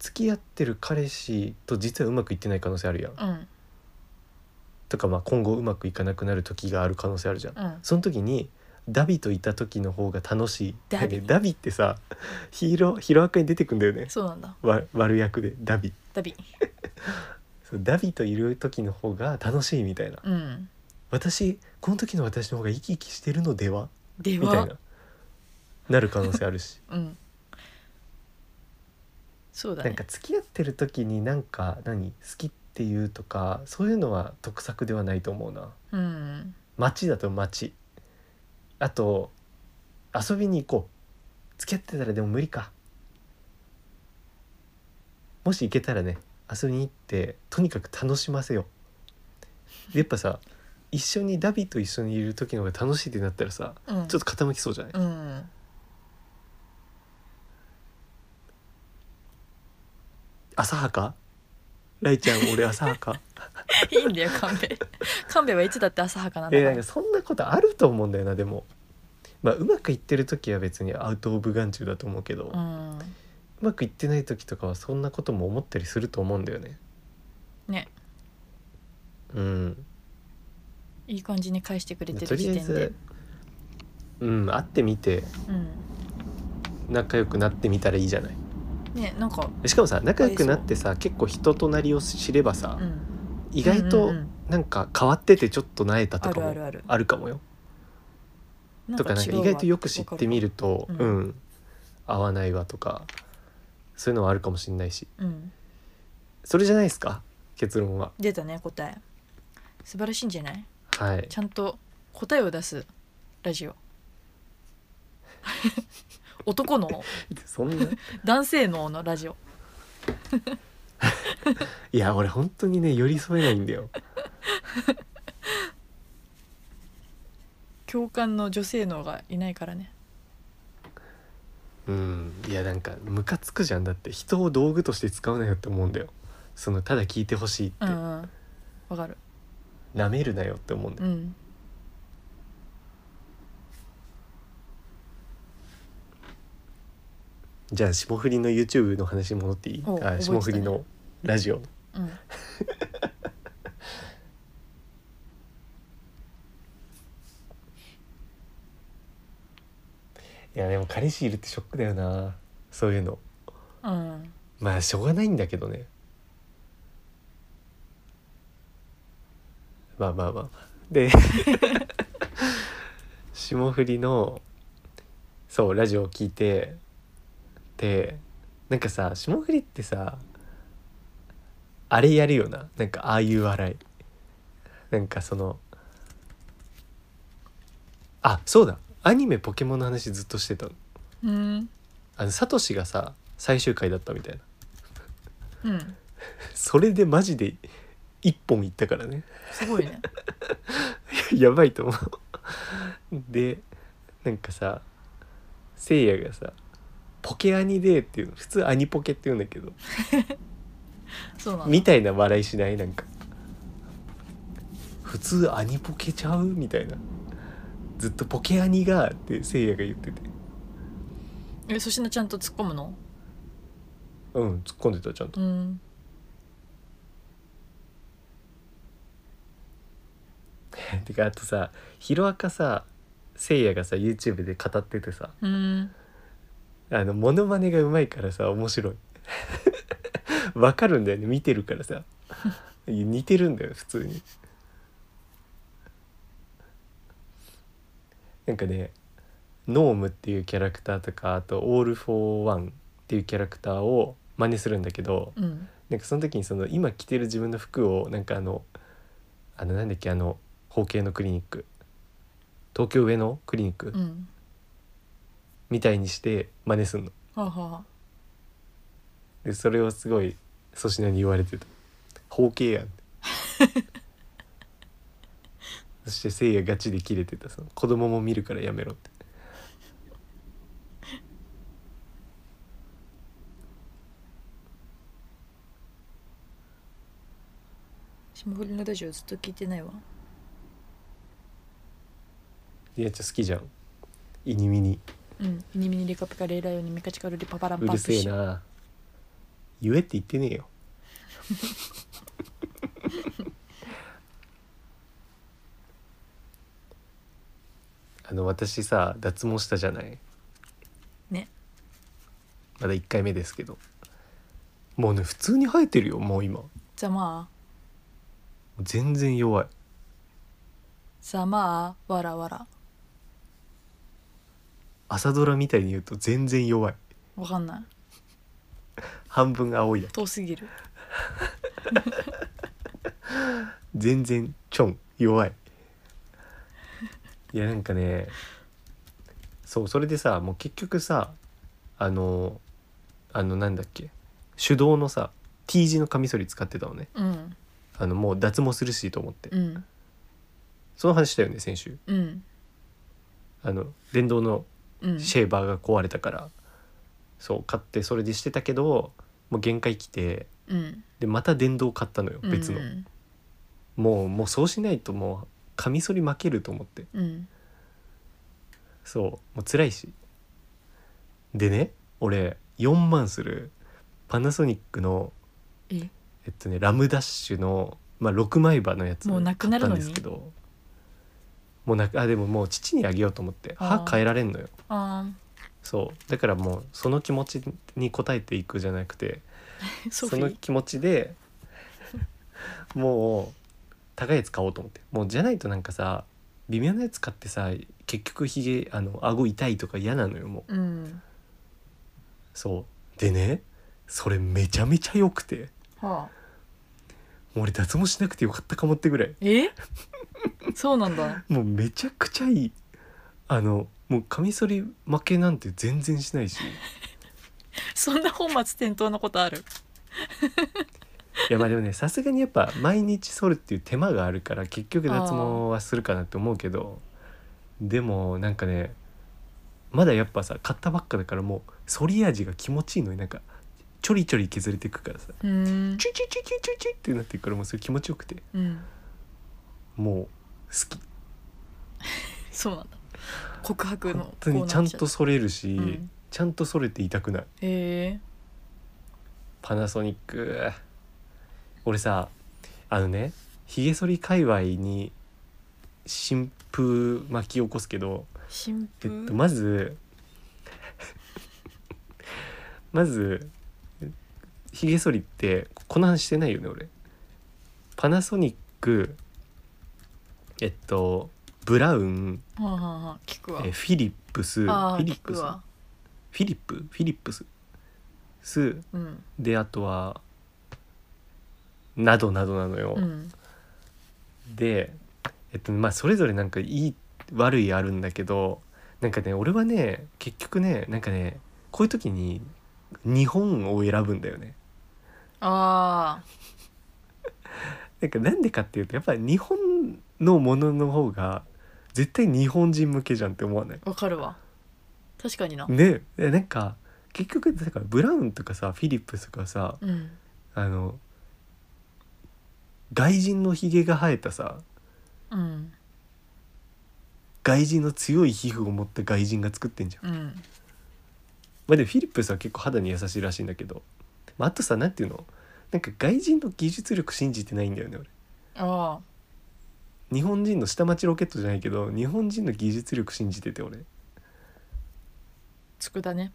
付き合ってる彼氏と実はうまくいってない可能性あるやんうんとかまあ今後うまくいかなくなる時がある可能性あるじゃんうんその時にダビといた時の方が楽しいダビなんかねビってさヒーローヒロアカに出てくんだよねそうなんだわ悪役でダビダビそうダビといる時の方が楽しいみたいなうん私この時の私の方が生き生きしてるのではでみたはいななる可能性あるしうんそうだなんねか付き合ってる時になんか何好きっていうとかそういうのは得策ではないと思うなうん街だと街あと遊びに行こう付き合ってたらでも無理かもし行けたらね遊びに行ってとにかく楽しませようやっぱさ一緒にダビと一緒にいる時の方が楽しいってなったらさうんちょっと傾きそうじゃない、うん浅はかライちゃん俺浅はかいいんだよ 神戸神戸はいつだって浅はかなんえーなだからんかそんなことあると思うんだよなでもまあうまくいってる時は別にアウト・オブ・眼中だと思うけど、ううんまくいってない時とかはそんなことも思ったりすると思うんだよねねうんいい感じに返してくれてとるり時あえ点でずうん会ってみてうん仲良くなってみたらいいじゃないねなんかしかもさ仲良くなってさ結構人となりを知ればさ、うん意外うとんうんうんなんか変わっててちょっとなえたとあかるあるもあるあるかもよなとかなんか意外とよく知ってみるるとわかうるわん、合わないわとかそういうのはあるかもしれないしうんそれじゃないですか結論は出たね答え素晴らしいんじゃないはいちゃんと答えを出す ラジオ男の そんな男性脳のラジオいや俺本当にね寄り添えないんだよ共感の女性脳がいないからねうんいやなんかムカつくじゃんだって人を道具として使うなよって思うんだよそのただ聞いてほしいってうんうんわかるな、めるなよって思うんだようんじゃあ霜降りの YouTube の話に戻っていいお覚えてたあね霜降りのラジオうんいやでも彼氏いるってショックだよなそういうのうんまあしょうがないんだけどねまあまあまあで 霜降りのそうラジオを聞いてでなんかさ霜降りってさあれやるよななんかああいう笑いなんかそのあそうだアニメ「ポケモン」の話ずっとしてたのうんあのサトシがさ最終回だったみたいなうんそれでマジで一本いったからね すごいねやばいと思うでなんかさせいやがさ「ポケアニデー」っていうの普通アニポケって言うんだけどそうなんだみたいな笑いしないなんか普通アニポケちゃうみたいなずっと「ポケアニが」ってせいやが言っててえ粗品ちゃんと突っ込むのうん突っ込んでたちゃんとうんてかあとさヒロアカさせいやがさ YouTube で語っててさうんあのモノマネがうまいからさ面白い わかるんだよね見てるからさ似てるんだよ普通になんかねノームっていうキャラクターとかあとオール・フォー・ワンっていうキャラクターを真似するんだけどうんなんかその時にその今着てる自分の服をなんかあのあのなんだっけあの包茎のクリニック東京上のクリニックうんみたいにして真似すんの。はあ、はあはあ、でそれをすごい粗品に言われてた「包茎やん」そしてせいやガチでキレてたその子供も見るからやめろって霜降りのラジオずっと聞いてないわいやちゃん好きじゃんイニミニうん「イニミニリカピカレイライオンにミカチカルリパパランうパるンプせえな言えって言ってねえよあの私さ脱毛したじゃないねまだ1回目ですけどもうね普通に生えてるよもう今ざまあ全然弱いざまあわらわら朝ドラみたいに言うと全然弱いわかんない半分青いだ遠すぎる全然ちょん弱いいやなんかねそうそれでさもう結局さあのあのなんだっけ手動のさ T 字のカミソリ使ってたのねうんあのもう脱毛するしと思って、うんその話したよね先週うんあの電動のうんシェーバーが壊れたから、そう買ってそれでしてたけどもう限界来てうんでまた電動買ったのよ別の、うんもうもうそうしないともうカミソリ負けると思ってうんそうもう辛いしでね俺4万するパナソニックのええっとねラムダッシュの、まあ、6枚刃のやつもうなくなるのに買ったんですけどもうなくあでももう父にあげようと思ってあー歯変えられんのよあそうだからもうその気持ちに応えていくじゃなくてあ ソそフィのー気持ちでもう高いやつ買おうと思ってもうじゃないとなんかさ微妙なやつ買ってさ結局ひげあの顎痛いとか嫌なのよもううんそうでねそれめちゃめちゃ良くてはあもう俺脱毛しなくてよかったかもってぐらいえ そうなんだもうめちゃくちゃいいあのもうカミソリ負けなんて全然しないしそんな本末転倒のことあるいやまあでもねさすがにやっぱ毎日剃るっていう手間があるから結局脱あー毛はするかなって思うけどでもなんかねまだやっぱさ買ったばっかだからもう剃り味が気持ちいいのになんかちょりちょり削れていくからさうーんチュチュチュチュチュチュってなっていくからもうそれ気持ちよくてうんもう好きそうなんだ告白の本当にちゃんと剃れるし、うんちゃんと剃れて痛くないへえパナソニック俺さあのねひげ剃り界隈に新風巻き起こすけど、新えっ風、と、まずまずひげ剃りってこの話してないよね俺パナソニックえっとブラウンはあ、はあはあ、聞くわえフィリップスフああィリッ聞プくスわフィリップフィリップススうんであとはなどなどなのよ、うんでえっとまあそれぞれなんかいい悪いあるんだけどなんかね俺はね結局ねなんかねこういう時に日本を選ぶんだよねああなんかなんでかっていうとやっぱり日本のものの方が絶対日本人向けじゃんって思わないわかるわ確かになねえなんか結局だからブラウンとかさフィリップスとかさうんあの外人のひげが生えたさうん外人の強い皮膚を持った外人が作ってんじゃん、うんまあ、でもフィリップスは結構肌に優しいらしいんだけど、まあ、あとさなんていうのなんか外人の技術力信じてないんだよね俺ああ日本人の下町ロケットじゃないけど日本人の技術力信じてて俺つくだね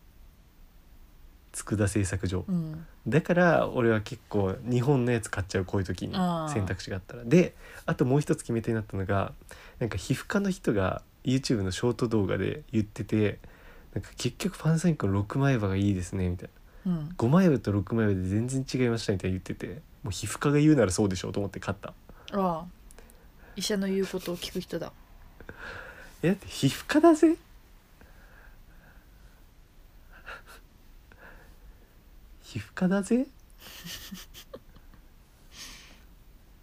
佃製作所うんだから俺は結構日本のやつ買っちゃうこういう時にあー選択肢があったらであともう一つ決め手になったのがなんか皮膚科の人が YouTube のショート動画で言っててなんか結局パナソニックの6枚刃がいいですねみたいなうん5枚刃と6枚刃で全然違いましたみたいな言っててもう皮膚科が言うならそうでしょうと思って買ったああ医者の言うことを聞く人だえだって皮膚科だぜ 皮膚科だぜ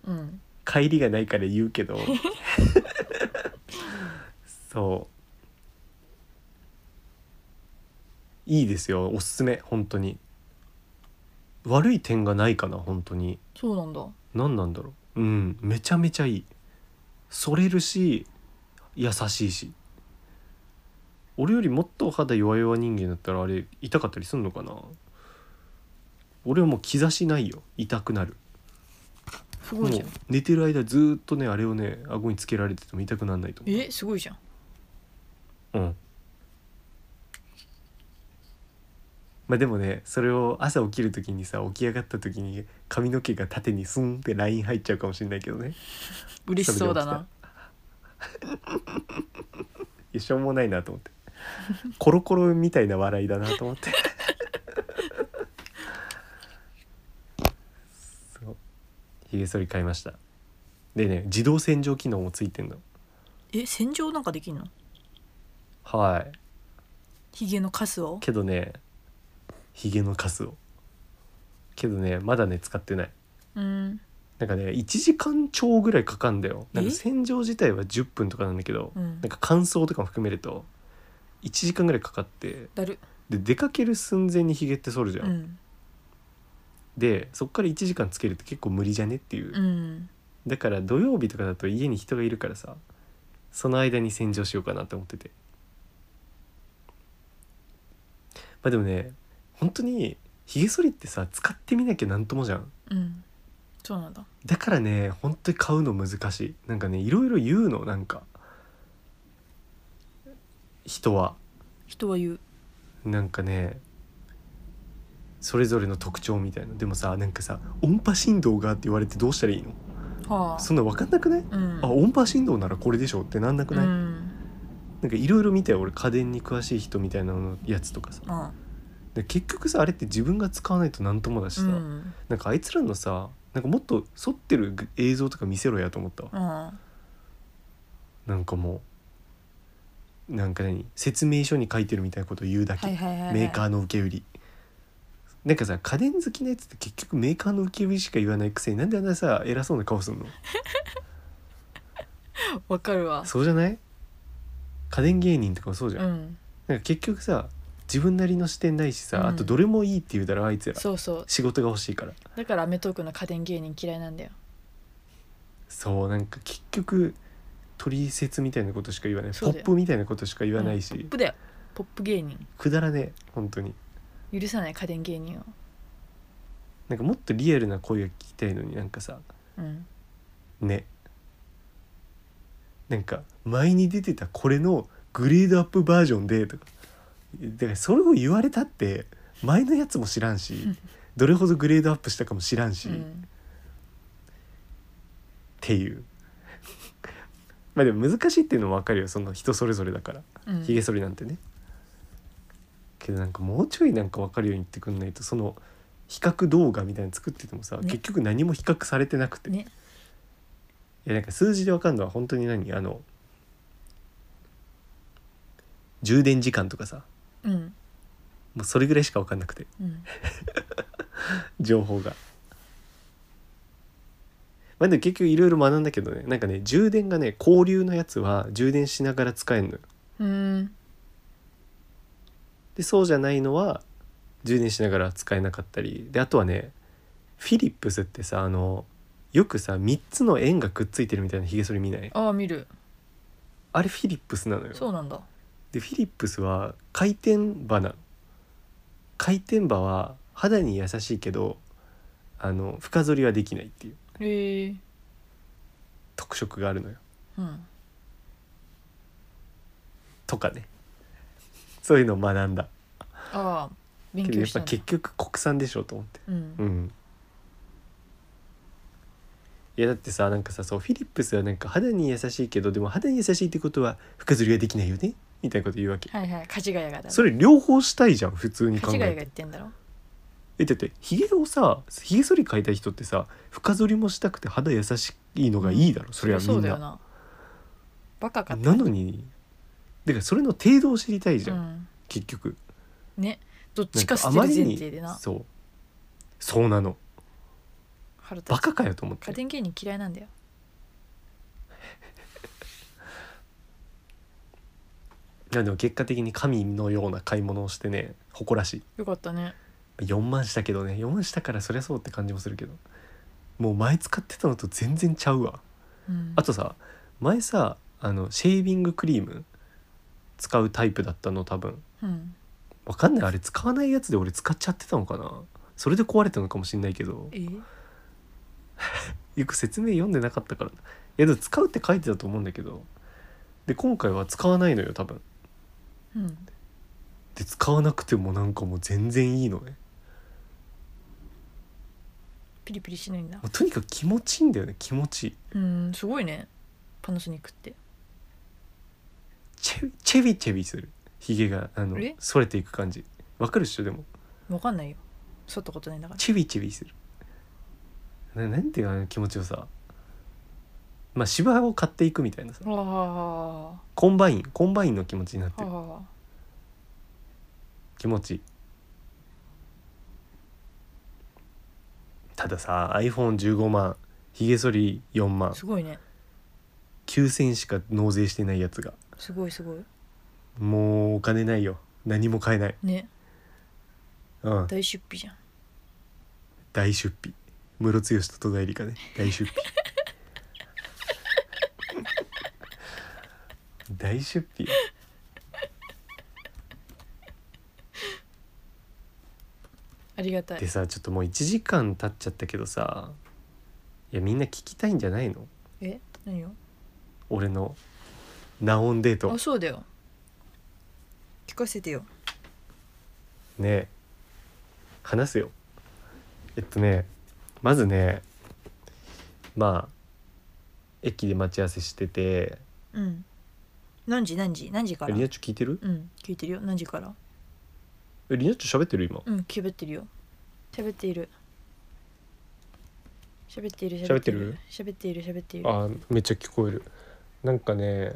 うん帰りがないから言うけどそういいですよおすすめ本当に悪い点がないかな本当にそうなんだ何なんだろううんめちゃめちゃいいそれるし優しいし俺よりもっとお肌弱々人間だったらあれ痛かったりすんのかな俺はもう兆しないよ痛くなるすもごういじゃん寝てる間ずーっとねあれをね顎につけられてても痛くならないと思うえすごいじゃんうんまあでもねそれを朝起きる時にさ起き上がった時に髪の毛が縦にスンってライン入っちゃうかもしれないけどね嬉しそうだな一生もないなと思ってコロコロみたいな笑いだなと思って そうひげ剃り買いましたでね自動洗浄機能もついてんのえ洗浄なんかできんのはいヒゲのカスをけどねヒゲのカスをけどねまだね使ってないうんなんかね1時間超ぐらいかかんだよなんかえ洗浄自体は10分とかなんだけど、うんなんか乾燥とかも含めると1時間ぐらいかかってだるで出かける寸前にヒゲって剃るじゃ、うんんでそっから1時間つけるって結構無理じゃねっていう、うんだから土曜日とかだと家に人がいるからさその間に洗浄しようかなって思っててまあでもね本当にヒゲ剃りってさ使ってみなきゃなんともじゃんうんそうなんだだからね本当に買うの難しいなんかねいろいろ言うのなんか人は人は言うなんかねそれぞれの特徴みたいなでもさなんかさ音波振動がって言われてどうしたらいいのはそんな分かんなくないあうんあ音波振動ならこれでしょってなんなくうない、んなんかいろいろ見たよ俺家電に詳しい人みたいなのやつとかさあで結局さあれって自分が使わないと何ともだしさ、うんなんかあいつらのさなんかもっと剃ってる映像とか見せろやと思ったわあなんかもうなんか何説明書に書いてるみたいなことを言うだけ、はいはいはいはいメーカーの受け売りなんかさ家電好きなやつって結局メーカーの受け売りしか言わないくせになんであんなさ偉そうな顔すんのわかるわそうじゃない家電芸人とかもそうじゃん、うんなんか結局さ自分なりの視点ないしさ、うんあとどれもいいって言うだろあいつらそうそう仕事が欲しいからだから『アメトーーク』の家電芸人嫌いなんだよそうなんか結局取説みたいなことしか言わないそポうだよップみたいなことしか言わないし、うんポップだよポップ芸人くだらねえ本当に許さない家電芸人をなんかもっとリアルな声が聞きたいのになんかさうんねなんか前に出てたこれのグレードアップバージョンでとかだからそれを言われたって前のやつも知らん しどれほどグレードアップしたかも知らんし、うっんていうまあでも難しいっていうのも分かるよその人それぞれだからうんひげ剃りなんてねけどなんかもうちょいなんか分かるように言ってくんないとその比較動画みたいなの作っててもさ、ね結局何も比較されてなくて、ねいやなんか数字で分かるのは本当に何あの充電時間とかさうんもうそれぐらいしか分かんなくてうん情報が。まあでも結局いろいろ学んだけどねなんかね充電がね交流のやつは充電しながら使えるのよ。うんでそうじゃないのは充電しながら使えなかったりであとはねフィリップスってさあのよくさ3つの円がくっついてるみたいなひげ剃り見ないああ見るあれフィリップスなのよそうなんだでフィリップスは回転刃なの回転刃は肌に優しいけどあの深剃りはできないっていうへえ特色があるのようんとかねそういうのを学んだああ勉けどや強っしたぱんだ結局国産でしょと思って。うんうんいやだってさなんかさそうフィリップスはなんか肌に優しいけどでも肌に優しいってことは深釣りはできないよねみたいなこと言うわけはいはいかじがやがだそれ両方したいじゃん普通にか考じがやえが言てってんだろえだってひげをさひげ剃り買いたい人ってさ深剃りもしたくて肌優しいのがいいだろ、それはみそうんだよななバカかってなのにだからそれの程度を知りたいじうゃん、ん結局ねどっなちんかか捨あてるま前り提でになそうそうなの腹立つバカかよと思っ家て電芸人嫌いなんだよいやでも結果的に神のような買い物をしてね誇らしいよかったね4万したけどね4万したからそりゃそうって感じもするけどもう前使ってたのと全然ちゃうわうんあとさ前さあのシェービングクリーム使うタイプだったの多分うんわかんないあれ使わないやつで俺使っちゃってたのかなそれで壊れたのかもしんないけどえよく説明読んでなかったからないやでも使うって書いてたと思うんだけどで今回は使わないのよ多分うんで使わなくてもなんかもう全然いいのねピリピリしないんだもうとにかく気持ちいいんだよね気持ちいいうんすごいねパナソニックってチェチェビチェビするひげがあのえそれていく感じわかるっしょでもわかんないよ剃ったことないんだからチェビチェビするななんていうかあの気持ちよさまあ芝を買っていくみたいなさああコンバインコンバインの気持ちになってるあ気持ちいいたださ iPhone15 万ひげ剃り4万すごいね9,000しか納税してないやつがすごいすごいもうお金ないよ何も買えない、ねうん、大出費じゃん大出費ムロツヨシと戸田恵梨香ね大出費大出費ありがたいでさちょっともう1時間経っちゃったけどさいやみんな聞きたいんじゃないのえ何よ俺のナオンデートあそうだよ聞かせてよねえ話すよえっとねまずねまあ駅で待ち合わせしててうん何時何時何時からリナッチョ聞いてるうん聞いてるよ何時からえリナッチョ喋ってる今うん喋ってるよ喋っている喋っている喋ってる喋っている喋っているあめっちゃ聞こえるなんかね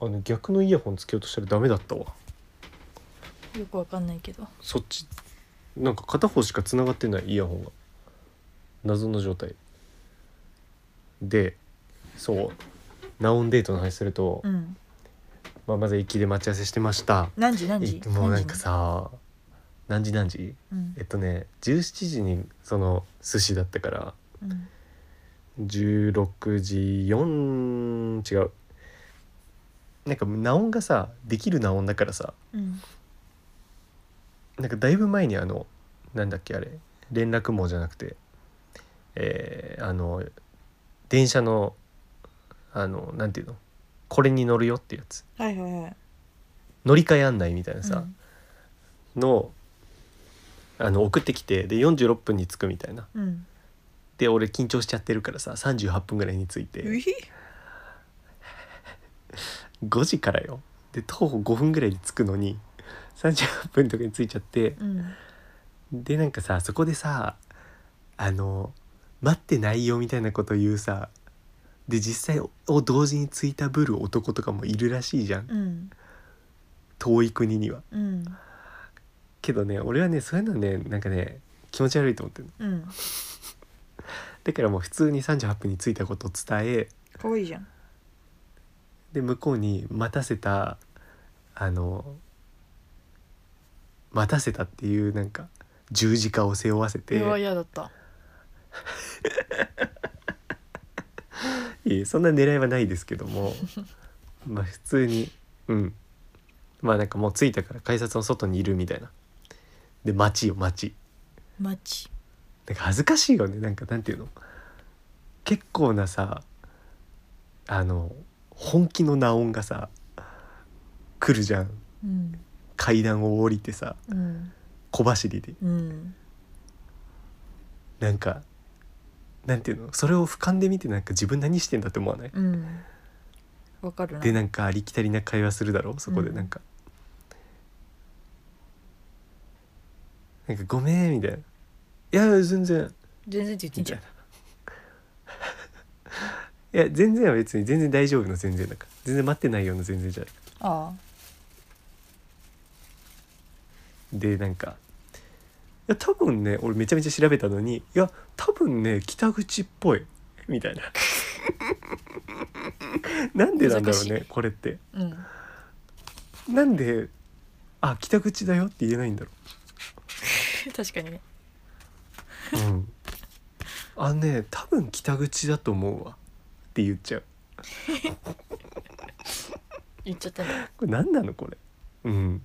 あの逆のイヤホンつけようとしたらダメだったわよくわかんないけどそっちなんか片方しか繋がってないイヤホンが謎の状態でそうナオンデートの話すると、うんまあ、まず駅で待ち合わせしてました何時何時えもうなん何か時さ何時何時うんえっとね17時にその寿司だったからうん16時4違うなんかナオンがさできるナオンだからさうんなんかだいぶ前にあのなんだっけあれ連絡網じゃなくてえーあの電車のあのなんていうのこれに乗るよってやつはいはいはい乗り換え案内みたいなさ、のあの送ってきてで46分に着くみたいなうんうんで俺緊張しちゃってるからさ38分ぐらいに着いてうひ5時からよで徒歩5分ぐらいで着くのに38分とかに着いちゃってうんでなんかさそこでさあの待ってないよみたいなこと言うさで実際を同時に着いたぶる男とかもいるらしいじゃんうん遠い国にはうんけどね俺はねそういうのねなんかね気持ち悪いと思ってるのうんだからもう普通に38分に着いたことを伝えかわいいじゃんで向こうに待たせたあの待たせたっていうなんか十字架を背負わせてうわ嫌だったいえそんな狙いはないですけど もまあ普通にうんまあなんかもう着いたから改札の外にいるみたいなで待ちよ待ちマチなんか恥ずかしいよねなんかなんていうの結構なさあの本気のナオンがさ来るじゃんうん階段を降りてさうん小走りでうんなんかなんていうのそれを俯瞰で見てなんか自分何してんだって思わないうんわかるなでなんかありきたりな会話するだろそこでうんなんか、なんか「ごめん」みたいな「いやいや全然全然って言」ってんみじたいゃんな「いや全然は別に全然大丈夫の全然だから全然待ってないような全然じゃないああでなんか「いや多分ね俺めちゃめちゃ調べたのにいや多分ね北口っぽい」み たいななんでなんだろう難しねこれってうんなんで「あ北口だよ」って言えないんだろう 確かにねうん、あのね多分北口だと思うわって言っちゃう言っちゃったねこれ何なのこれうん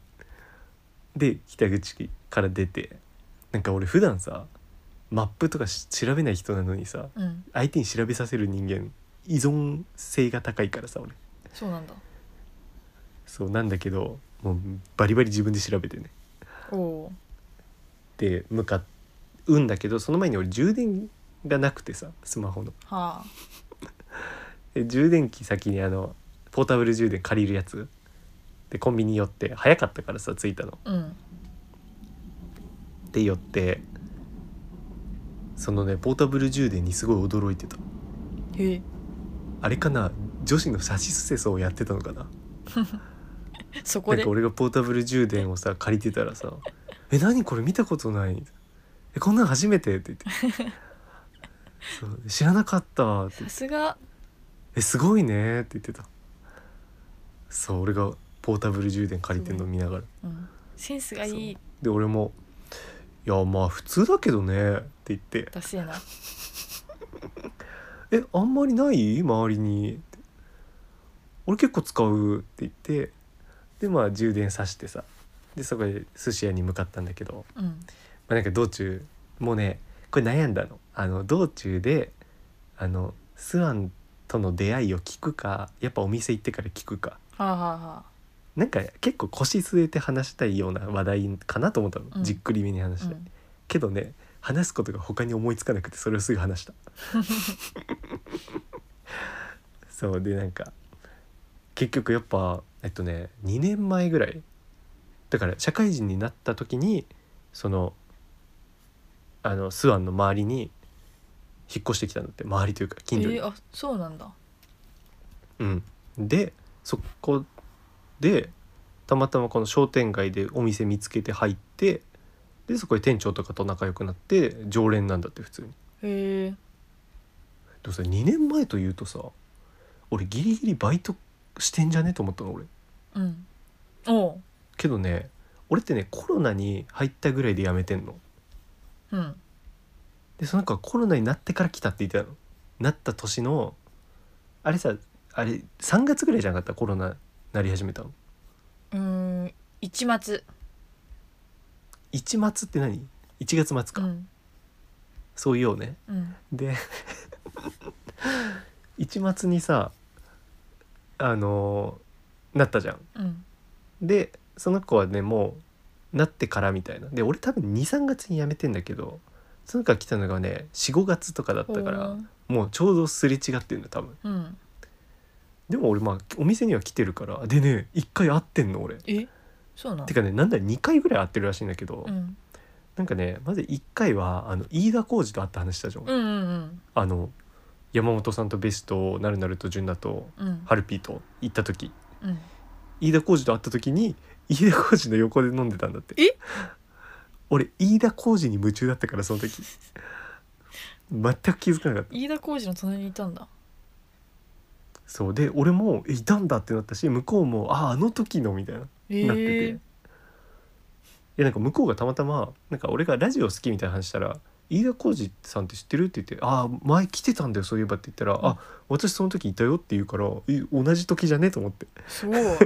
で北口から出てなんか俺普段さマップとかし調べない人なのにさうん相手に調べさせる人間依存性が高いからさ俺そうなんだそうなんだけどもうバリバリ自分で調べてねおおで向かうんだけどその前に俺充電がなくてさスマホのーはあで充電器先にあのポータブル充電借りるやつでコンビニ寄って早かったからさ着いたのうんで寄ってそのねポータブル充電にすごい驚いてたへえあれかな女子のサシスセソをやってたのかなそこなんでか俺がポータブル充電をさ借りてたらさ「え何これ見たことない」え「こんなん初めて」って言っ て「そう知らなかった」ってさすが「えすごいね」って言ってたそう俺がポータブル充電借りてんの見ながらうんセンスがいいで俺も「いやまあ普通だけどね」って言ってだせえな「えあんまりない周りに」って俺結構使う」って言ってでまあ充電さしてさでそこで寿司屋に向かったんだけどうんまあ、なんか道中もうねこれ悩んだのあの道中であのスワンとの出会いを聞くかやっぱお店行ってから聞くかはあ、はあはなんか結構腰据えて話したいような話題かなと思ったの、うんじっくりめに話あしうて、ん、けどね話すことが他に思いつかなくてそれをすぐ話した そうでなんか結局やっぱえっとね2年前ぐらいだから社会人になった時にそのあのスワンの周りに引っ越してきたんだって周りというか近所に、えー、あそうなんだうん、でそこでたまたまこの商店街でお店見つけて入ってでそこで店長とかと仲良くなって常連なんだって普通にへえでもさ2年前というとさ俺ギリギリバイトしてんじゃねと思ったの俺うんおうけどね俺ってねコロナに入ったぐらいで辞めてんのうんでその子はコロナになってから来たって言ってたのなった年のあれさあれ3月ぐらいじゃなかったコロナなり始めたのうーん一末1月って何 ?1 月末か、うんそういうよねうんで 一末にさあのーなったじゃんうんでその子はねもうなってからみたいなで俺多分23月に辞めてんだけどその子が来たのがね45月とかだったからほもうちょうどすれ違ってんの多分ううんでも俺まあお店には来てるからでね1回会ってんの俺えそうなんてかねなんだ2回ぐらい会ってるらしいんだけど、うんなんかねまず1回はあの飯田浩二と会った話したじゃん、うんうんあの山本さんとベスとなるなると純だとうんうんハルピーと行った時うん飯田浩二と会った時に飯田浩二の横で飲んでたんだってえ俺飯田浩二に夢中だったからその時全く気づかなかった飯田浩二の隣にいたんだそうで俺もえいたんだってなったし向こうもあああの時のみたいななへってて、 えいやなんか向こうがたまたまなんか俺がラジオ好きみたいな話したら「飯田浩二さんって知ってる?」って言って「ああ前来てたんだよそういえば」って言ったら「んあ私その時いたよ」って言うから「え同じ時じゃね?」と思ってすごい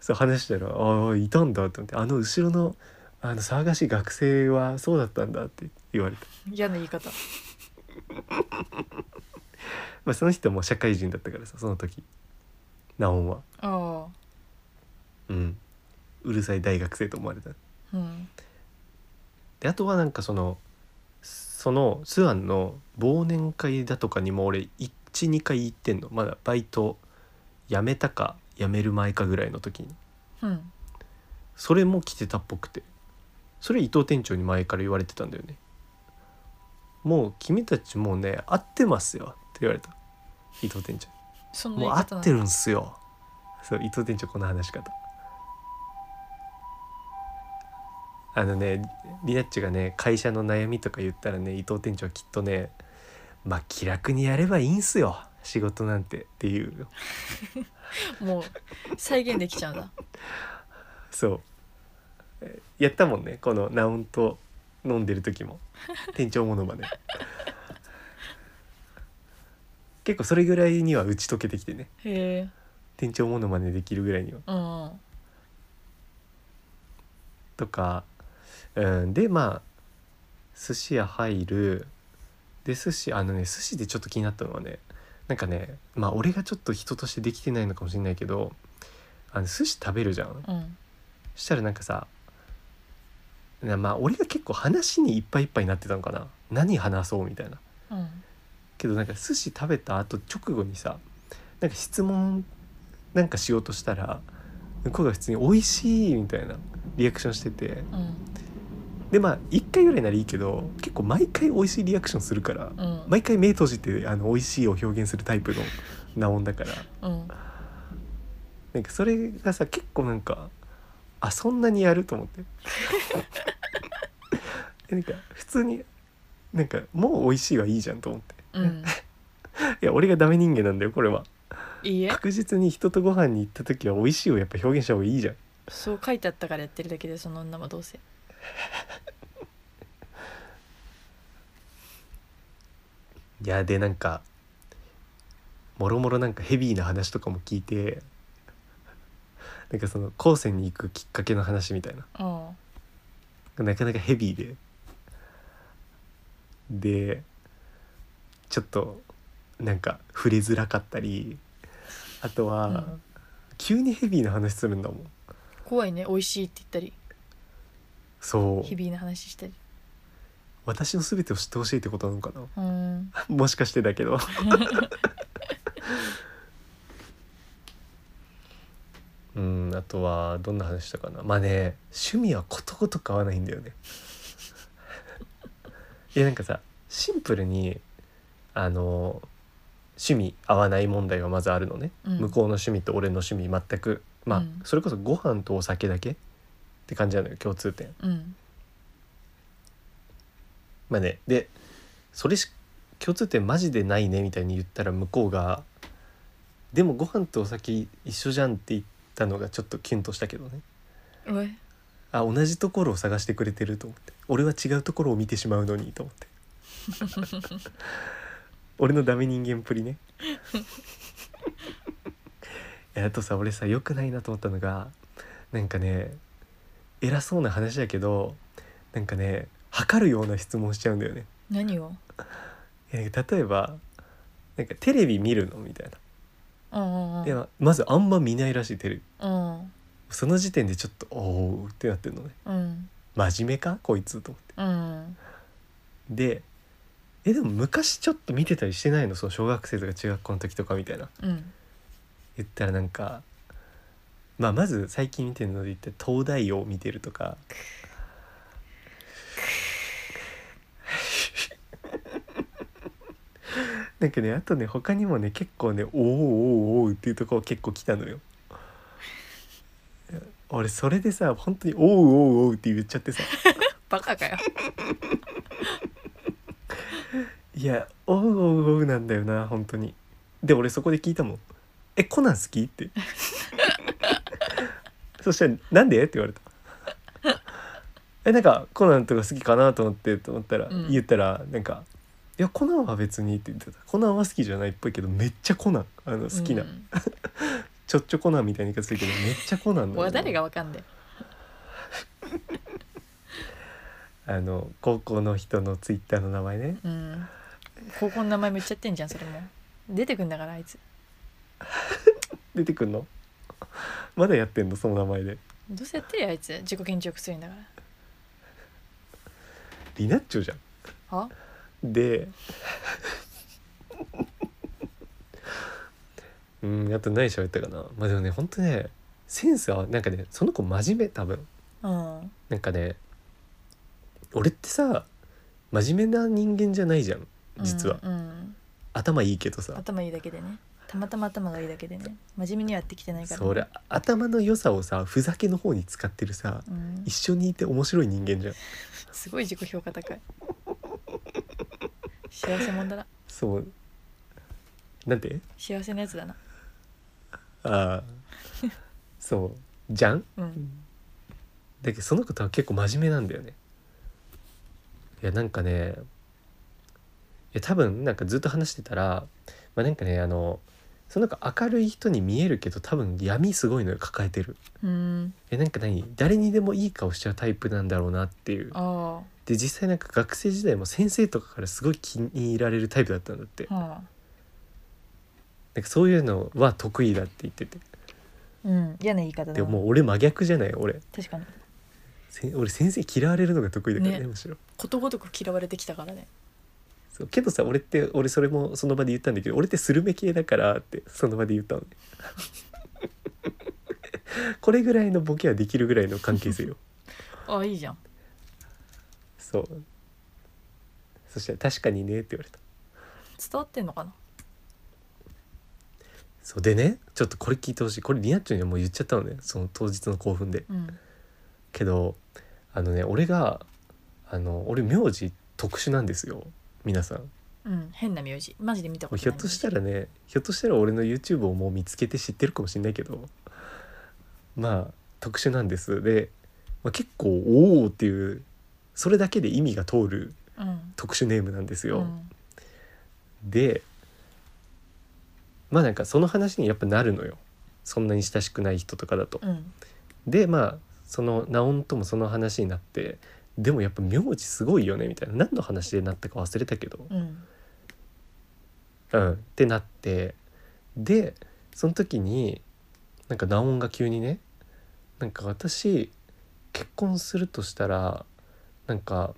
そう話したら「ああいたんだ」って思って「あの後ろのあの騒がしい学生はそうだったんだ」って言われた、嫌な言い方まあ、その人も社会人だったからさその時ナオンは、あうん、うるさい大学生と思われたあうんであとはなんかそのそのスアンの忘年会だとかにも俺12回行ってんのまだバイト辞めたか辞める前かぐらいの時にうんそれも来てたっぽくてそれ伊藤店長に前から言われてたんだよねもう君たちもうね合ってますよって言われた伊藤店長そんなも言うい合方っなてんだるんすよそう伊藤店長この話し方あのねリナッチがね会社の悩みとか言ったらね伊藤店長はきっとねまあ気楽にやればいいんすよ仕事なんてっていうもう再現できちゃうんだそうえやったもんねこのナウンと飲んでる時も店長ものまね結構それぐらいには打ち解けてきてねへえ店長ものまねできるぐらいにはうんうんとか、うん、でまあ寿司屋入るで寿司あのね寿司でちょっと気になったのはねなんかねまあ俺がちょっと人としてできてないのかもしれないけどあの寿司食べるじゃんうんしたらなんかさなまあ俺が結構話にいっぱいいっぱいになってたのかな何話そうみたいなうんけどなんか寿司食べた後直後にさなんか質問なんかしようとしたら向こうが普通に「美味しい」みたいなリアクションしててうんでまあ1回ぐらいならいいけど結構毎回美味しいリアクションするから、うん毎回目閉じてあの美味しいを表現するタイプのナオンだからうんなんかそれがさ結構なんかあそんなにやると思って なんか普通になんかもう美味しいはいいじゃんと思ってうんいや俺がダメ人間なんだよこれはいいえ確実に人とご飯に行った時は美味しいをやっぱ表現した方がいいじゃんそう書いてあったからやってるだけでその女はどうせいやでなんかもろもろなんかヘビーな話とかも聞いてなんかその高専に行くきっかけの話みたいなうんなかなかヘビーででちょっとなんか触れづらかったりあとは、うん急にヘビーな話するんだもん怖いね美味しいって言ったりそう日々の話したり私の全てを知ってほしいってことなのかなうん もしかしてだけ どうんあとはどんな話したかなまあね趣味はことごとく合わないんだよね いやなんかさシンプルにあの趣味合わない問題がまずあるのね、うん向こうの趣味と俺の趣味全くまあ、うんそれこそご飯とお酒だけって感じなのよ共通点うんまあねでそれし共通点マジでないねみたいに言ったら向こうが「でもご飯とお酒一緒じゃん」って言ったのがちょっとキュンとしたけどねおいあ同じところを探してくれてると思って俺は違うところを見てしまうのにと思って俺のダメ人間っぷりねいやあとさ俺さ良くないなと思ったのがなんかね偉そうな話だけどなんかね測るような質問しちゃうんだよね何をえー例えばなんかテレビ見るのみたいうんうんなでまずあんま見ないらしいテレビうんその時点でちょっと「おお」ってなってるのねうん真面目かこいつと思ってうんでえでも昔ちょっと見てたりしてないのその小学生とか中学校の時とかみたいなうん言ったらなんかまあまず最近見てるので言って東大王を見てるとか なんかねあとね他にもね結構ね「おーおーおーおーっていうところ結構来たのよ。俺それでさ本当に「おうおうおう」って言っちゃってさ「バカかよいやおうおうおうなんだよな本当に」で俺そこで聞いたもん「えコナン好き?」って そしたら「なんで?」って言われた 「えなんかコナンとか好きかなと思って」と思ったら、うん言ったらなんか「いやコナンは別に」って言ってた「コナンは好きじゃないっぽいけどめっちゃコナンあの好きな、うんちょっちょコナンみたいな言い方するけどめっちゃコナンなんだおよいな誰がわかんだよあの高校の人のツイッターの名前ねうん高校の名前めっちゃ言ってんじゃんそれも出てくんだからあいつ出てくんのまだやってんのその名前でどうせやってるよあいつ自己顕示欲強いんだからリナッチョじゃんはでうんあと何喋ったかなまあでもねほんとねセンスはなんかねその子真面目多分うんなんかね俺ってさ真面目な人間じゃないじゃん実は、うんうん頭いいけどさ頭いいだけでねたまたま頭がいいだけでね真面目にはやってきてないからそりゃ頭の良さをさふざけの方に使ってるさうん一緒にいて面白い人間じゃんすごい自己評価高い幸せ者だなそうなんて幸せなやつだなああ そうじゃんうんだけどそのことは結構真面目なんだよねいやなんかねいや多分なんかずっと話してたら、まあ、なんかねあのその子明るい人に見えるけど多分闇すごいのよ抱えてるうんえなんか何誰にでもいい顔しちゃうタイプなんだろうなっていうあで実際なんか学生時代も先生とかからすごい気に入られるタイプだったんだってあはあなんかそういうのは得意だって言っててうん嫌な言い方だなでももう俺真逆じゃない俺確かにせ俺先生嫌われるのが得意だからねねむしろことごとく嫌われてきたからねそうけどさ俺って俺それもその場で言ったんだけど俺ってスルメ系だからってその場で言ったのねこれぐらいのボケはできるぐらいの関係性よああいいじゃんそうそしたら「確かにね」って言われた伝わってんのかなそうでねちょっとこれ聞いてほしいこれリナッチョにはもう言っちゃったのねその当日の興奮でうんけどあのね俺があの俺名字特殊なんですよ皆さんうん変な名字マジで見たこもうとひなょいっとしたらねひょっとしたら俺の YouTube をもう見つけて知ってるかもしれないけどまあ特殊なんですで、まあ、結構「おお」っていうそれだけで意味が通るうん特殊ネームなんですうよ。んでまあなんかその話にやっぱなるのよそんなに親しくない人とかだと。うんでまあそのナオンともその話になってでもやっぱ名字すごいよねみたいな何の話でなったか忘れたけど、うんうん、ってなってでその時になんかナオンが急にねなんか私結婚するとしたらなんか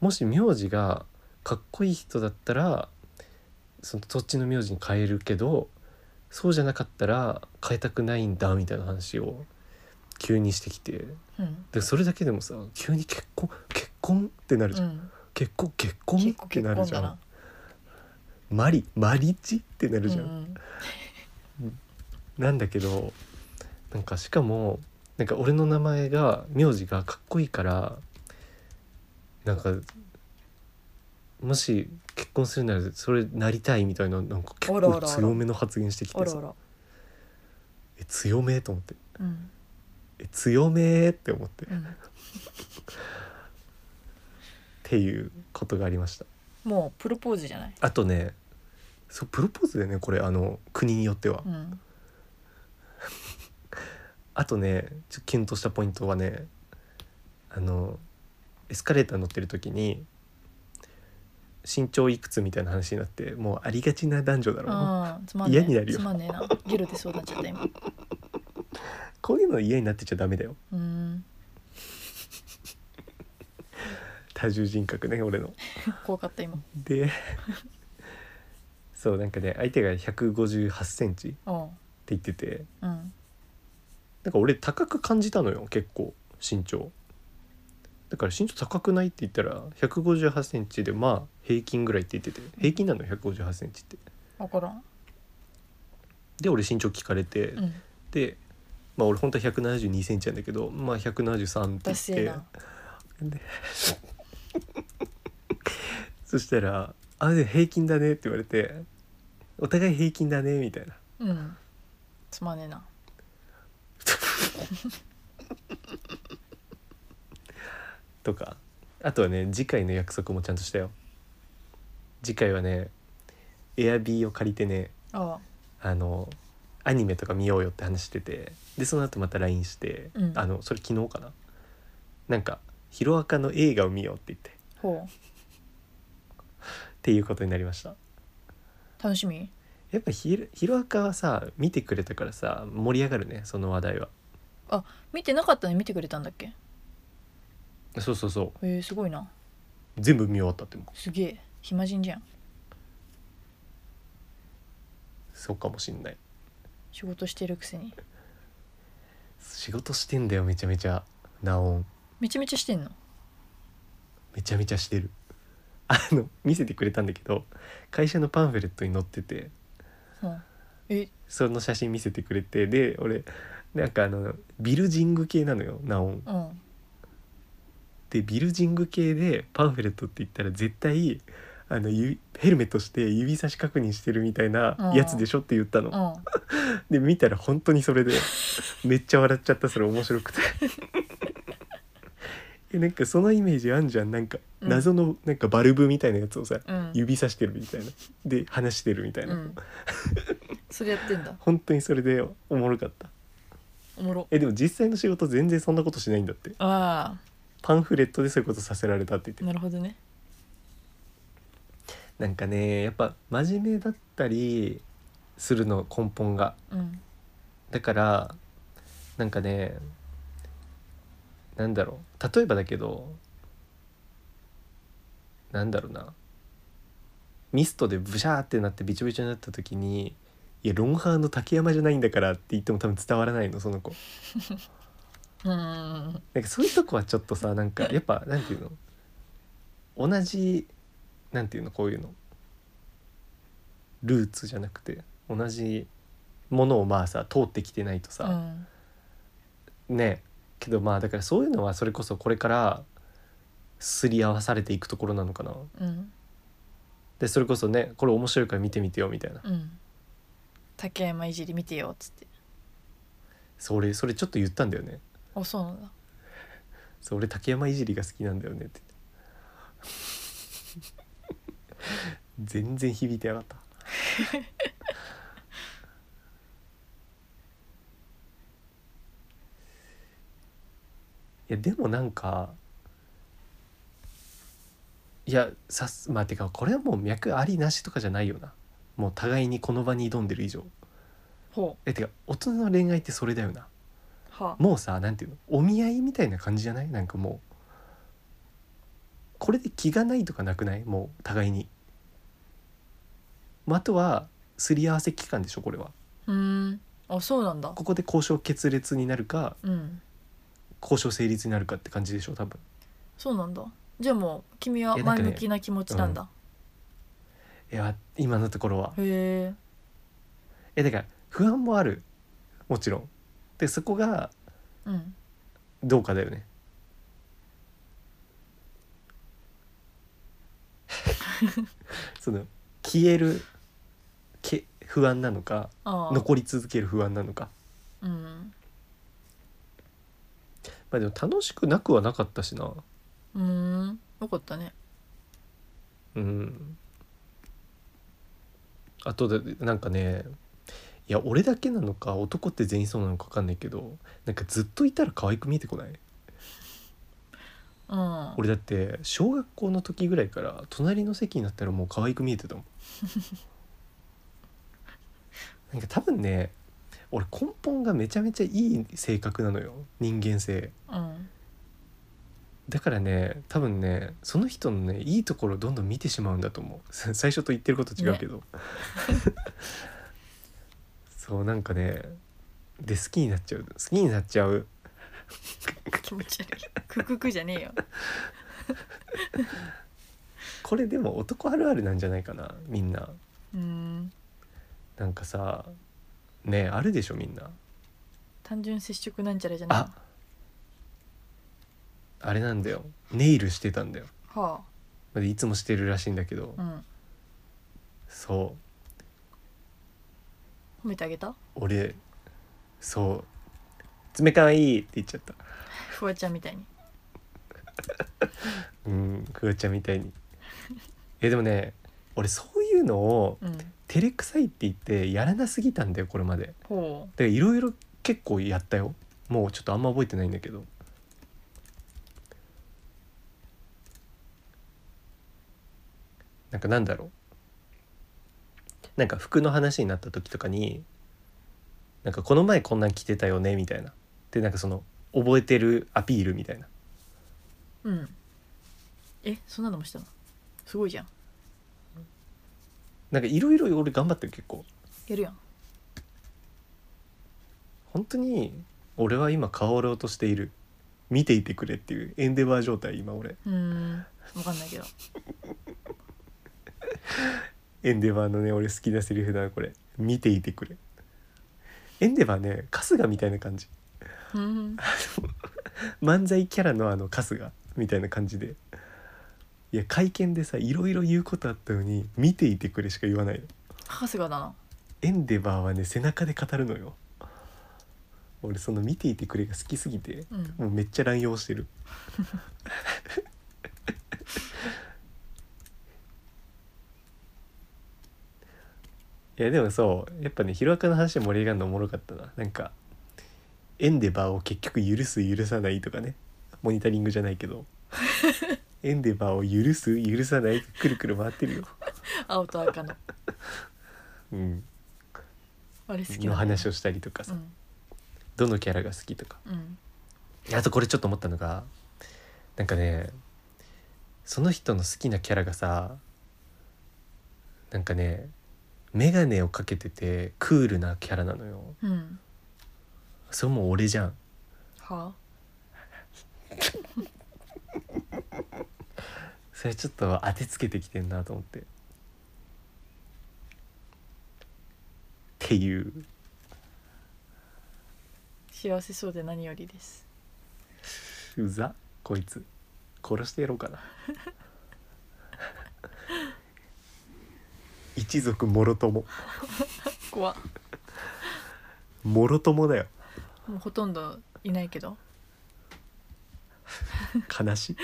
もし名字がかっこいい人だったらその土地の名字に変えるけどそうじゃなかったら変えたくないんだみたいな話を急にしてきてうんでそれだけでもさ急に結婚結婚ってなるじうゃん、ん結婚結婚結っ構て結なる婚じゃだんなマリマリチってなるじゃんう、んなんだけどなんかしかもなんか俺の名前が名字がかっこいいからなんかもし結婚するならそれなりたいみたいななんか結あらあら構あら強めの発言してきてさおろおろえ強めと思ってうんえ強めって思ってっうんていうことがありましたもうプロポーズじゃないあとねそうプロポーズだよねこれあの国によっては、うんあとねちょっとキュンとしたポイントはねあのエスカレーター乗ってる時に身長いくつみたいな話になってもうありがちな男女だろううんつまんね嫌になるよつまんねえなゲロ出そうになっちゃった今こういうの嫌になってちゃダメだようん多重人格ね俺の。怖かった今でそうなんかね相手が1 5 8センチってうん言っててうんなんか俺高く感じたのよ結構身長。だから身長高くないって言ったら1 5 8センチでまあ平均ぐらいって言ってて平均なの1 5 8センチって。分からんで俺身長聞かれて、うんでまあ俺本当は1 7 2センチなんだけどまあ173って達成言っなてでそしたら「あで平均だね」って言われて「お互い平均だね」みたいなうんつまんねえなとかあとはね次回の約束もちゃんとしたよ次回はねエアビーを借りてねあああのアニメとか見ようよって話しててでその後また LINE して、うんあのそれ昨日かななんか「ヒロアカの映画を見よう」って言ってっほていうことになりましたう楽しみやっぱヒロヒロアカはさ見てくれたからさ盛り上がるねその話題は見てなかったのに見てくれたんだっけそうそうそうえー、すごいな全部見終わったってもすげえ暇人じゃんそうかもしんない仕事してるくせに仕事してんだよめちゃめちゃナオンめちゃめちゃしてんのめちゃめちゃしてるあの見せてくれたんだけど会社のパンフレットに載っててうんえその写真見せてくれてで俺なんかあのビルジング系なのよナオンうんでビルジング系でパンフレットって言ったら絶対あのゆヘルメットして指差し確認してるみたいなやつでしょって言ったの、うんで見たら本当にそれでめっちゃ笑っちゃったそれ面白くて えなんかそのイメージあんじゃんなんかうん謎のなんかバルブみたいなやつをさ、うん指さしてるみたいなで話してるみたいな、うんそれやってんだ本当にそれでおもろかったおもろえでも実際の仕事全然そんなことしないんだってあパンフレットでそういうことさせられたって言ってあなるほどねなんかねやっぱ真面目だったりするの根本がうんだからなんかねなんだろう例えばだけどなんだろうなミストでブシャーってなってびちょびちょになった時に「いやロンハーの竹山じゃないんだから」って言っても多分伝わらないのその子うんなんかそういうとこはちょっとさなんかやっぱなんていうの同じなんていうのこういうのルーツじゃなくて同じものをまあさ通ってきてないとさ、ねけどまあだからそういうのはそれこそこれからすり合わされていくところなのかなうんうんでそれこそねこれ面白いから見てみてよみたいなうん竹山いじり見てよっつってそれそれちょっと言ったんだよねあそうなんだそう俺竹山いじりが好きなんだよねって言って全然響いてなかったいやでもなんかいやさすまあてかこれはもう脈ありなしとかじゃないよなもう互いにこの場に挑んでる以上ほえてか大人の恋愛ってそれだよなうはもうさなんていうのお見合いみたいな感じじゃないなんかもうこれで気がないとかなくないもう互いに、まあ、あとはすり合わせ期間でしょこれはうーんあそうなんだここで交渉決裂になるかうん交渉成立になるかって感じでしょ多分そうなんだじゃあもう君はいやなん前かね向きな気持ちなんだいや今のところはへええだから不安もあるもちろんでそこがうんどうかだよねその消えるけ不安なのかああ残り続ける不安なのかうんまあでも楽しくなくはなかったしなうーんよかったねうんあとでなんかねいや俺だけなのか男って全員そうなのか分かんないけどなんかずっといたら可愛く見えてこないうん俺だって小学校の時ぐらいから隣の席になったらもう可愛く見えてたもんなんか多分ね俺根本がめちゃめちゃいい性格なのよ人間性うんだからね多分ねその人のねいいところをどんどん見てしまうんだと思う 最初と言ってること違うけど、 そうなんかねで好きになっちゃう好きになっちゃう気持ち悪いクククじゃねえよこれでも男あるあるなんじゃないかなみんなうーんなんかさねえあるでしょみんな単純接触なんちゃらじゃないああれなんだよネイルしてたんだよはでいつもしてるらしいんだけど、あうんそ褒めてあげた う俺そう爪かわいいって言っちゃったフワちゃんみたいにうんクワちゃんみたいにえでもね俺そういうのをうん照れくさいって言ってやらなすぎたんだよこれまでほでいろいろ結構やったよもうちょっとあんま覚えてないんだけどなんかなんだろうなんか服の話になった時とかになんかこの前こんなん着てたよねみたいなでなんかその覚えてるアピールみたいなううんえそんなのもしたのすごいじゃんなんかいろいろ俺頑張ってる結構やるやん本当に俺は今変わろうとしている見ていてくれっていうエンデバー状態今俺うーんわかんないけどエンデバーのね俺好きなセリフだなこれ「見ていてくれ」エンデバーね春日みたいな感じうん漫才キャラのあの春日みたいな感じでいや会見でさいろいろ言うことあったのに「見ていてくれ」しか言わないの春日だなエンデバーはね背中で語るのよ俺その「見ていてくれ」が好きすぎてうんもうめっちゃ乱用してる いやでもそうやっぱねヒロアカの話で盛り上がるのおもろかったななんかエンデバーを結局許す許さないとかねモニタリングじゃないけ どエンデバーを許す許さないくるくる回ってるよ、青と赤のうん、あれ好きなんだよの話をしたりとかさ、うんどのキャラが好きとかうんあとこれちょっと思ったのがなんかねその人の好きなキャラがさなんかね眼鏡をかけててクールなキャラなのようんそれもう俺じゃんはそれちょっと当てつけてきてんなと思ってっていう幸せそうで何よりですうざこいつ殺してやろうかな一族もろとも怖っもろともだよもうほとんどいないけど悲し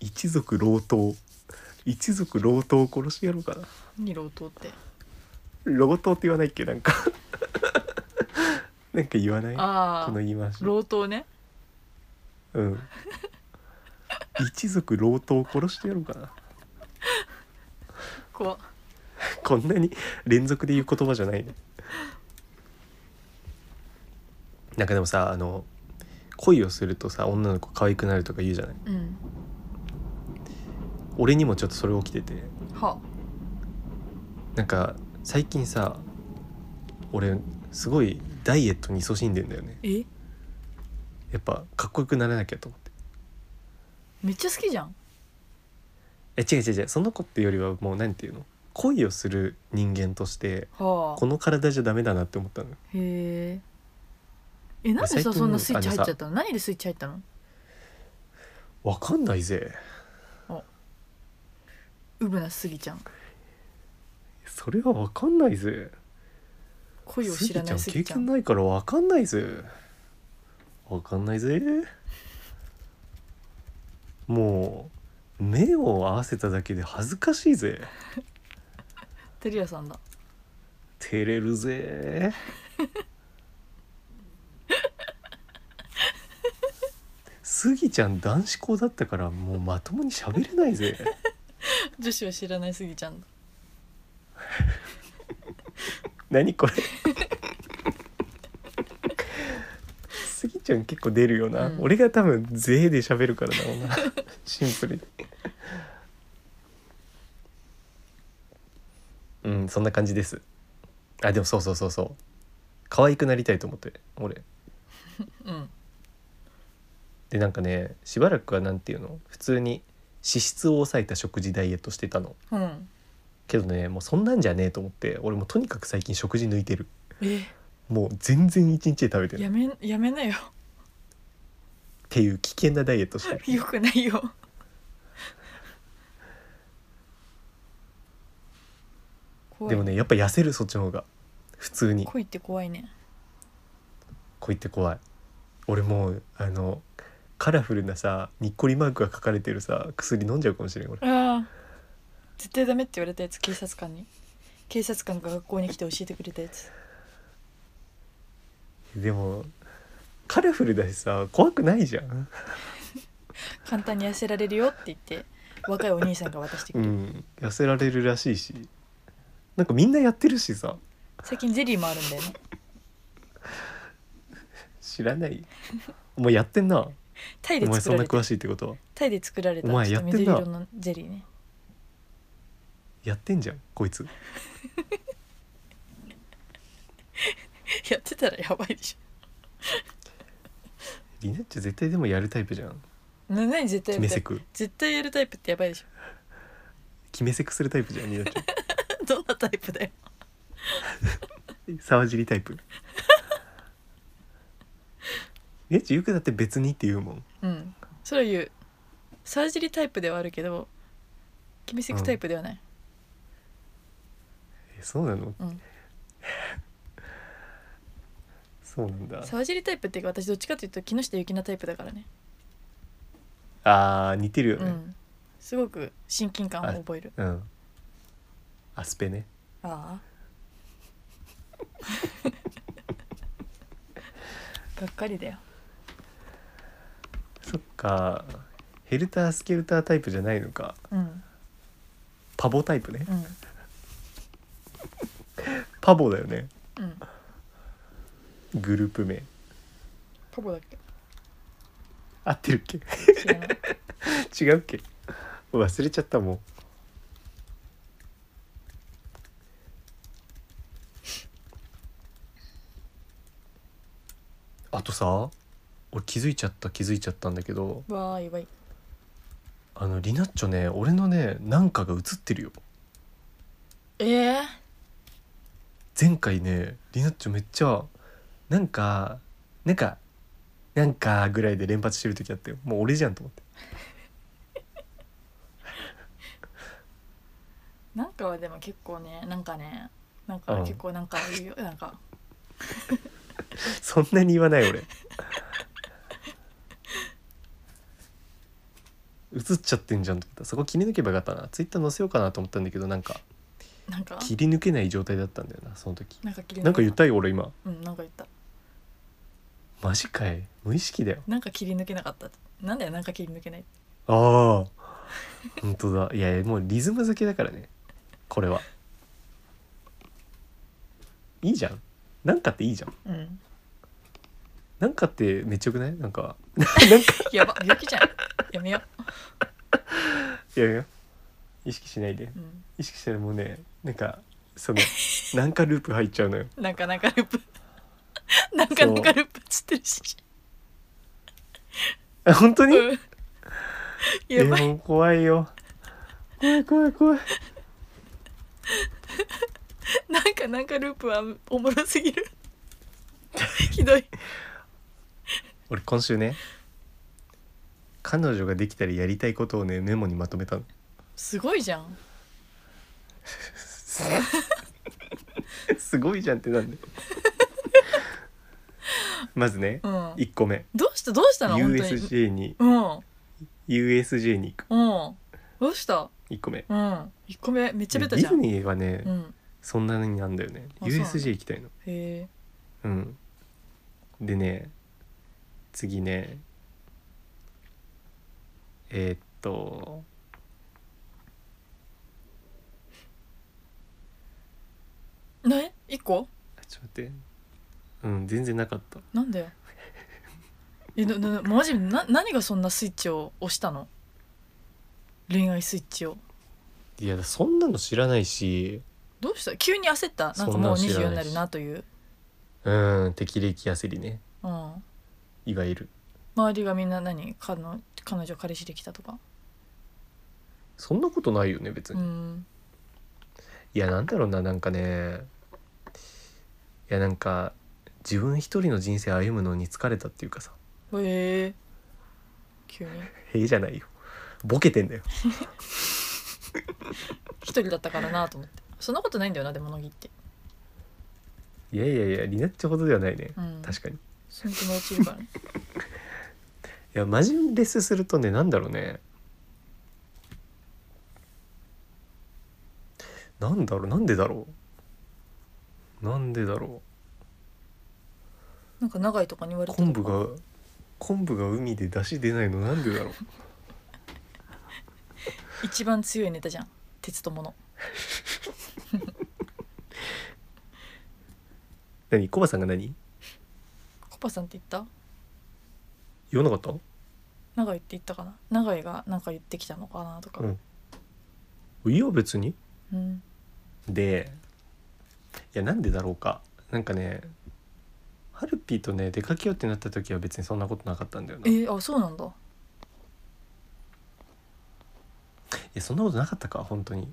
い一族老頭一族老頭を殺してやろうかな何老頭って老頭って言わないっけなんかなんか言わないこあのあ言い回し老頭ねうん一族老頭を殺してやろうかな怖っこんなに連続で言う言葉じゃないねなんかでもさあの恋をするとさ女の子可愛くなるとか言うじゃないうん俺にもちょっとそれ起きててはなんか最近さ俺すごいダイエットに勤しんでんだよねえやっぱかっこよくならなきゃと思ってめっちゃ好きじゃんえ違う違う違うその子っていうよりはもう何て言うの恋をする人間としてはこの体じゃダメだなって思ったのよあへええなんで最さ近そんなスイッチ入っちゃったの何でスイッチ入ったのわかんないぜうぶなすぎちゃんそれはわかんないぜ恋を知らないスすぎギちちゃゃん経験んないからわかんないぜわかんないぜもう目を合わせただけで恥ずかしいぜテリアさんだ 照れるぜスギちゃん男子校だったからもうまともに喋れないぜ女子を知らないすぎちゃんだ何これスギちゃん結構出るよな、うん俺が多分「ぜ」で喋るからだろうなシンプルにうんそんな感じですあでもそうそうそうそう可愛くなりたいと思って俺うんでなんかねしばらくはなんていうの普通に脂質を抑えた食事ダイエットしてたのうんけどねもうそんなんじゃねえと思って俺もうとにかく最近食事抜いてるえもう全然一日で食べてるっやめやめなよ ていう危険なダイエットしてるよくないよ怖いでもねやっぱ痩せるそっちの方が普通に恋って怖いね恋って怖い俺もうあのカラフルなさにっこりマークが書かれてるさ薬飲んじゃうかもしれん俺ああ絶対ダメって言われたやつ警察官に警察官が学校に来て教えてくれたやつでもカラフルだしさ怖くないじゃん簡単に痩せられるよって言って若いお兄さんが渡してくうる、ん痩せられるらしいしなんかみんなやってるしさ最近ゼリーもあるんだよね知らないお前やってんなタイおで前作そんらなれた詳しいってことはタイで作られたお前やってんな緑色のゼリーねやってんじゃんこいつやってたらやばいでしリナッチ絶対でもやるタイプじゃんょな何絶決対やるめタセイプク絶対やるタイプってやばいでし決めセクするタイプじゃんリナッチ ょ どんなタイプだよ沢尻タイ プリナッチよくだって別にって言うもんうんそれは言うサージリタイプではあるけどキミセクタイプではない、えそうなの、うん そうなんだサージリタイプっていうか私どっちかというと木下ゆきなタイプだからねあー似てるようねんすごく親近感を覚えるうん、アスペね ああがっかりだよそっかヘルタースケルタータイプじゃないのかうんパボタイプねうんパボだよねうんグループ名パボだっけ合ってるっけ 知らない違うっけ忘れちゃったもんあとさ俺気づいちゃった気づいちゃったんだけどわーいわいあのリナッチョね俺のねなんかが映ってるよええ前回ねリナッチョめっちゃなんかなんかなんかぐらいで連発してる時あったよもう俺じゃんと思ってなんかはでも結構ねなんかねなんかうん結構なんか言うよ、なんかそんなに言わない俺映っちゃってんじゃんと思ったそこ切り抜けばよかったなツイッター載せようかなと思ったんだけどなんかなんか切り抜けない状態だったんだよなその時なんか切り抜けなんか言ったよ俺今うんなんか言ったマジかい無意識だよなんか切り抜けなかったなんだよなんか切り抜けないってああ本当だいやいやもうリズム付けだからねこれはいいじゃんなんかっていいじゃんうんなんかってめっちゃよくないなんか なんかやば病気じゃんやめよいやいや意識しないでう、う意識したらもうねなんかそのなんかループ入っちゃうのよん、なんかなんかループなんかなんかループつってるしあ本当にうんやえばいもう怖いよ怖い怖い怖いなんかなんかループはおもろすぎるひどい俺今週ね彼女ができたらやりたいことをねメモにまと めたのすごいじゃんすごいじゃんってなんでまずねうん1個目どうしたどうしたの本当に USJ にうん USJ に行くうんどうした1個目うん1個目めっちゃねデベタじィゃズんニーはね、うんそんなになんだよねあそうなんだ USJ 行きたいのへえうんでね次ねえーっとね一個あちょっと待ってうん全然なかったなんだよ えなななマジでな何がそんなスイッチを押したの恋愛スイッチをいやそんなの知らないしどうした急に焦ったなんそかんなもうの知らないし24になるなという、うん適齢期焦りねうん、いわゆる周りがみんな何彼の彼女彼氏できたとかそんなことないよね別うに、いんやなんだろうななんかねいやなんか自分一人の人生歩むのに疲れたっていうかさへえ急にへえじゃないよボケてんだよ一人だったからなと思ってそんなことないんだよなでも乃木って、いやいやいやリナッチほどではないね、うん、確かにいその友達いるからねやマジレスするとねなんだろうねなんだろうなんでだろうなんでだろなんか長いとかに言わうれてたと昆か布が昆布が海で出汁出ないのなんでだろう 一番強いネタじゃん鉄と物何コバさんが何コパさんって言った言わなかっ長井って言ったかな長井がなんか言ってきたのかなとかうんたいや別にうんでいやなんでだろうかなんかねハルピーとね出かけようってなった時は別にそんなことなかったんだよなえいーあそうなんだやそんなことなかったか本当に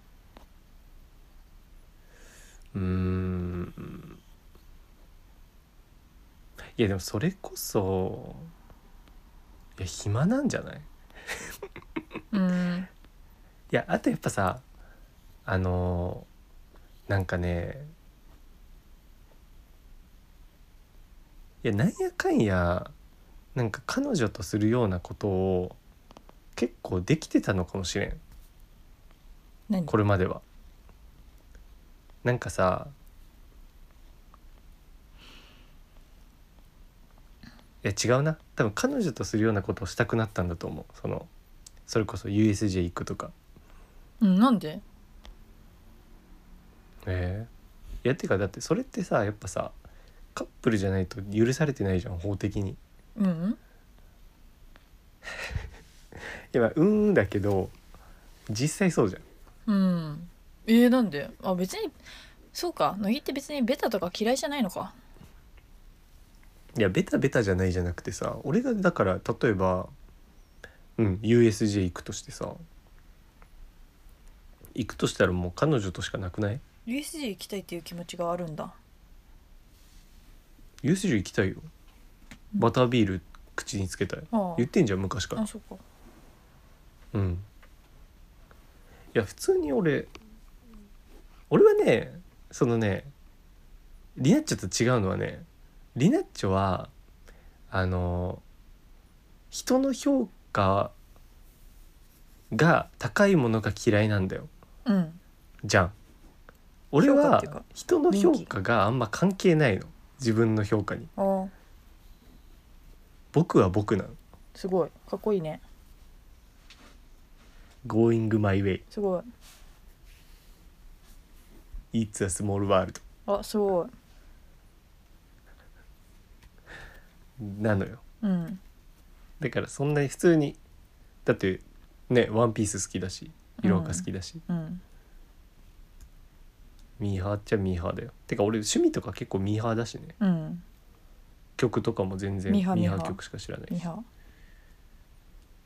うーんいやでもそれこそいや暇なんじゃないうんいやあとやっぱさあのーなんかねいやなんやかんやなんか彼女とするようなことを結構できてたのかもしれん何これまでは。なんかさいや違うな多分彼女とするようなことをしたくなったんだと思うそのそれこそ USJ 行くとか。うんなんでええいやてかだってそれってさやっぱさカップルじゃないと許されてないじゃん法的に。いうんやまあうんだけど実際そうじゃん。うんえー、なんであ別にそうか乃木って別にベタとか嫌いじゃないのかいやベタベタじゃないじゃなくてさ俺がだから例えばうん USJ 行くとしてさ行くとしたらもう彼女としかなくない USJ 行きたいっていう気持ちがあるんだ USJ 行きたいよバタービール口につけたいあ言ってんじゃん昔かあらあそうかうんいや普通に俺俺はねそのねリナッチョと違うのはねリナッチョはあの人の評価が高いものが嫌いなんだようんじゃん俺評価っはていうか人の評人価があんま関係ないの自分の評価にあー僕は僕なのすごいかっこいいね Going my way すごい It's a small world あすごいなのようんだからそんなに普通にだってねワンピース好きだし色が好きだし、うんミーハーっちゃミーハーだよてか俺趣味とか結構ミーハーだしねうん曲とかも全然ミミーーハハーーミーハー曲しか知らないいいや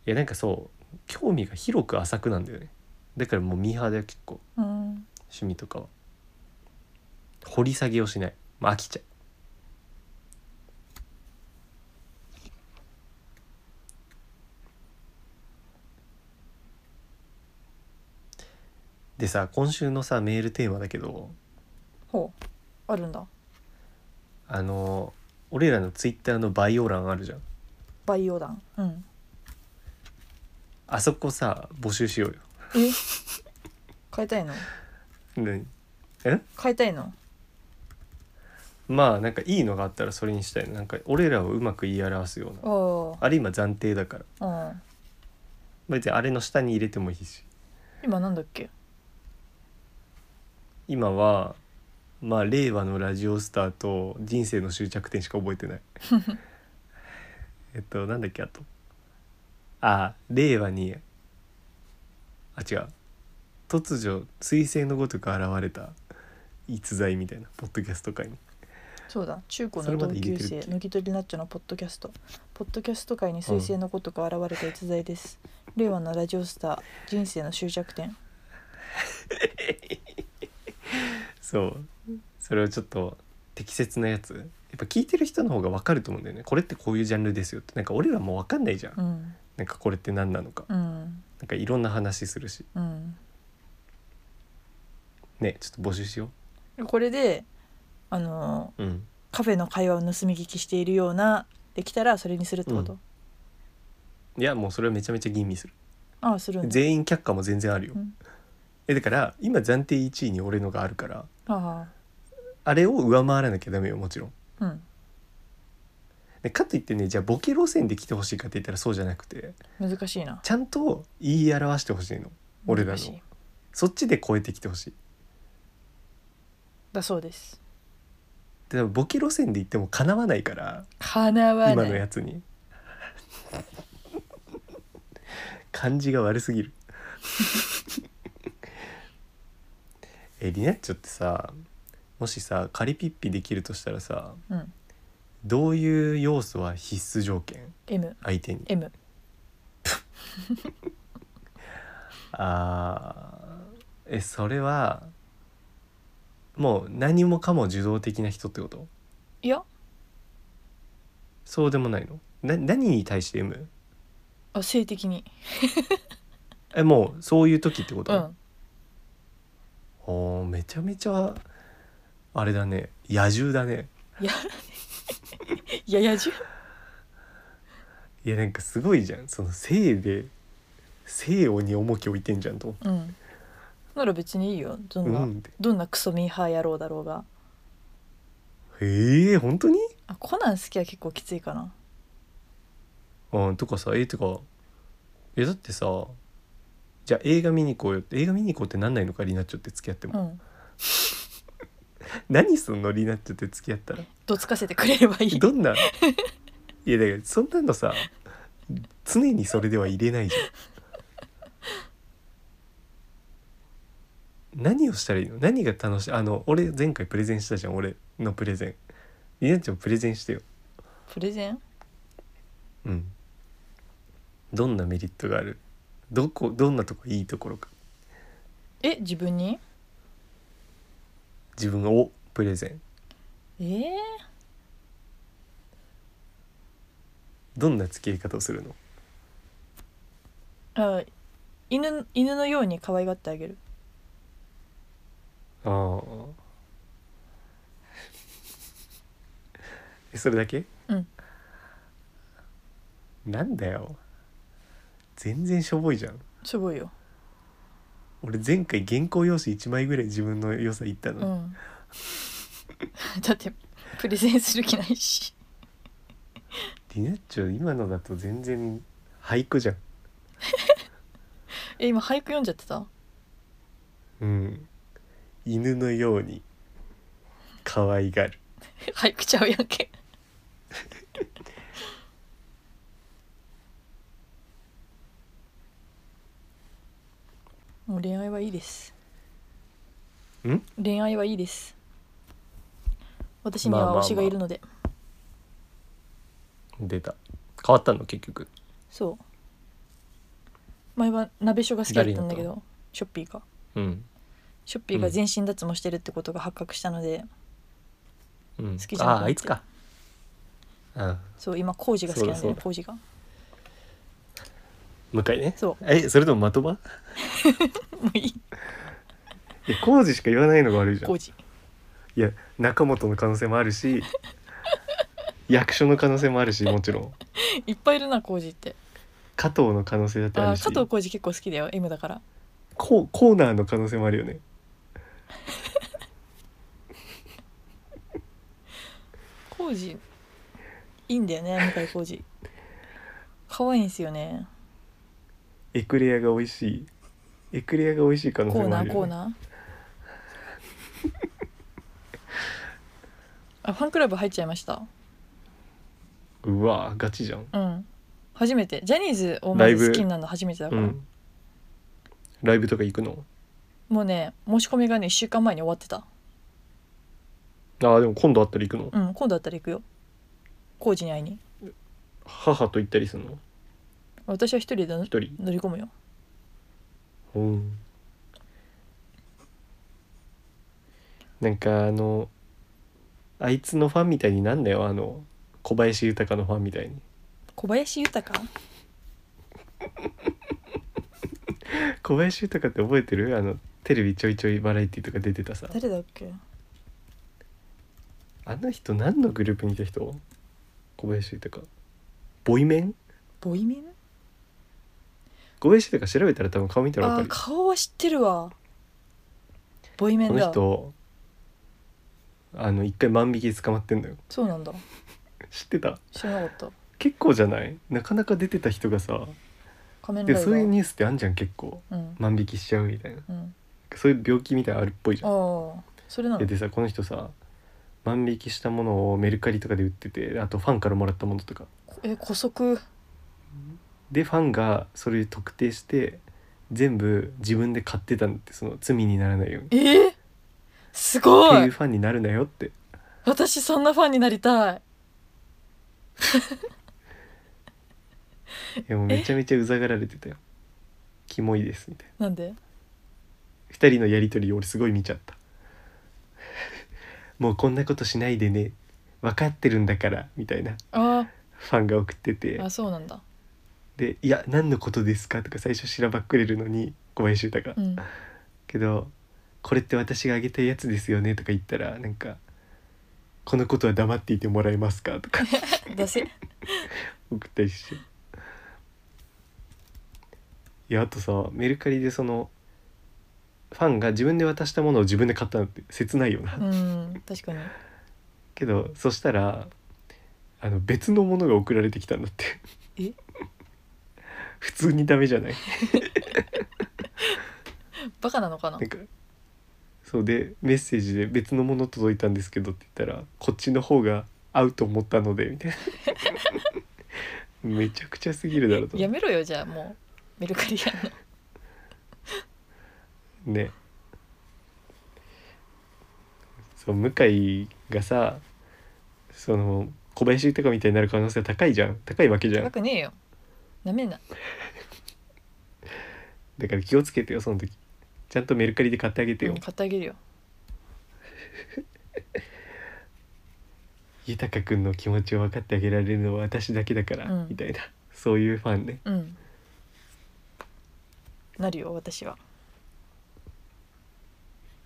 やなんかそう興味が広く浅くなんだよねだからもうミーハーだよ結構うん趣味とかは掘り下げをしない、まあ、飽きちゃうでさ今週のさメールテーマだけどほうあるんだあの俺らのツイッターの概要欄あるじゃん培養団うんあそこさ募集しようよえ変えたいの何変えたいのまあなんかいいのがあったらそれにしたいなんか俺らをうまく言い表すようなああれ今暫定だからあうん別にあれの下に入れてもいいし今なんだっけ今はまあ令和のラジオスターと人生の終着点しか覚えてないえっとなんだっけあとあ令和にあ違う突如彗星のごとく現れた逸材みたいなポッドキャスト界にそうだ中高そのれま同で入れ級てるっけ生乃木取りナッチョのポッドキャストポッドキャスト界に彗星のごとく現れた逸 材です、令和のラジオスター人生の終着点そうそれをちょっと適切なやつやっぱ聞いてる人の方が分かると思うんだよねこれってこういうジャンルですよってなんか俺らも分かんないじゃん、うんなんかこれって何なのかうんなんかいろんな話するしうんねちょっと募集しよこれであのううんカフェの会話を盗み聞きしているようなできたらそれにするってこと、ういやもうそれはめちゃめちゃ吟味するああするんだ全員却下も全然あるよ、うんえだから今暫定1位に俺のがあるからああれを上回らなきゃダメよもちろんあうんでかといってねじゃあボケ路線で来てほしいかって言ったらそうじゃなくて難しいなちゃんと言い表してほしいの俺らの難しいそっちで超えてきてほしいだそうですで多分ボケ路線で言ってもかなわないからかなわ今なのいやつに感じが悪すぎる えリナッチョってさもしさ仮ピッピできるとしたらさうんどういう要素は必須条件 M 相手に M あーえそれはもう何もかも受動的な人ってこといやそうでもないのな何に対して M? あ性的にえもうそういう時ってこと、うんおーめちゃめちゃあれだね野獣だねいやいややじゅいやなんかすごいじゃんその性で性をに重きを置いてんじゃんと思うんなら別にいいよどうんな、んってどんなクソミーハー野郎だろうがへえ本当にあコナン好きは結構きついかなうんとかさえー、とかえだってさじゃあ映画見に行こうよって映画見に行こうってなんないのかリナッチョって付き合ってうも、ん何すんのリナッチョって付き合ったらどつかせてくれればいいどんないやだからそんなのさ常にそれでは入れないじゃん何をしたらいいの何が楽しいあの俺前回プレゼンしたじゃん俺のプレゼンりなちゃんプレゼンしてよプレゼンうんどんなメリットがあるどこどんなとこいいところかえ自分に自分をプレゼンええどんな付き合い方をするのあ犬犬のように可愛がってあげるああえ それだけうんなんだよ全然しょぼいじゃんすごいよ俺前回原稿用紙1枚ぐらい自分の良さ言ったうの、ん だってプレゼンする気ないしディナッチョ今のだと全然俳句じゃんえ今俳句読んじゃってたうん犬のように可愛がる俳句ちゃうやんけ もう恋愛はいいですん恋愛はいいです私には推しがいるので、出た変わったの結局そう前は鍋所が好きだったんだけどショッピーがうんショッピーが全身脱毛してるってことが発覚したので、うん好きじゃなくなっあてああいつかうんそう今工事が好きなんだそうよだ工事が向かいねそうえそれとも的場もういいえ工事しか言わないのが悪いじゃん工い事や中本の可能性もある し役所の可能性もあるしもちろんいっぱいいるな工事って加藤の可能性だってああるーし加藤浩次結構好きだよ M だからコーコーナーの可能性もあるよね浩次いいんだよね向井浩次可愛いんですよねエクレアが美味しいエクレアが美味しい可能コ性ーもナあーるコよ、ーね、ナーあファンクラブ入っちゃいましたうわガチじゃんうん初めてジャニーズをラまイブず好きになるの初めてだかうら、んライブとか行くのもうね申し込みがね1週間前に終わってたああでも今度会ったら行くの、うん今度だったら行くよ浩次に会いに母と行ったりするの私は一人で乗一人乗り込むようんなんかあのあいつのファンみたいになんだよあの小林豊のファンみたいに 小林豊小林豊って覚えてるあのテレビちょいちょいバラエティとか出てたさ誰だっけあの人何のグループにいた人小林豊ボイメンボイメン小林豊調べたら多分顔見たらあ分ーか顔は知ってるわボイメるこンのだ人あの一回万引き捕まってんだよそうなんだ知ってた知らなかった結構じゃないなかなか出てた人がさ仮面でライダそういうーニュースってあんじゃん結構うん万引きしちゃうみたいなうんそういう病気みたいなのあるっぽいじゃんああそれなでのでさこの人さ万引きしたものをメルカリとかで売っててあとファンからもらったものとかえ古速でファンがそれ特定して全部自分で買ってたんだってその罪にならないようにっえー、すごていういファンになるなよって私そんなファンになりたいいやもうめちゃめちゃうざがられてたよキモいですみたいななんで二人のやり取りを俺すごい見ちゃった もうこんなことしないでね分かってるんだからみたいなあファンが送っててーあそうなんだで「いや何のことですか?」とか最初しらばっくれるのに小林豊が、うんけど「これって私があげたやつですよね」とか言ったらなんか「このことは黙っていてもらえますか?」 とかだせ送ったりして。いやあとさメルカリでそのファンが自分で渡したものを自分で買ったのって切ないよな、うん確かにけどそしたらあの別のものが送られてきたんだってえ 普通にダメじゃないバカなのかななんかそうでメッセージで「別のもの届いたんですけど」って言ったら「こっちの方が合うと思ったので」みたいな めちゃくちゃすぎるだろうとやめろよじゃあもうメルカリやんのねそう向井がさその小林豊みたいになる可能性は高いじゃん高いわけじゃ高んくねえよなめんなだから気をつけてよその時ちゃんとメルカリで買ってあげてよ、うん買ってあげるよ豊く君の気持ちを分かってあげられるのは私だけだから、うんみたいなそういうファンねうんなるよ私は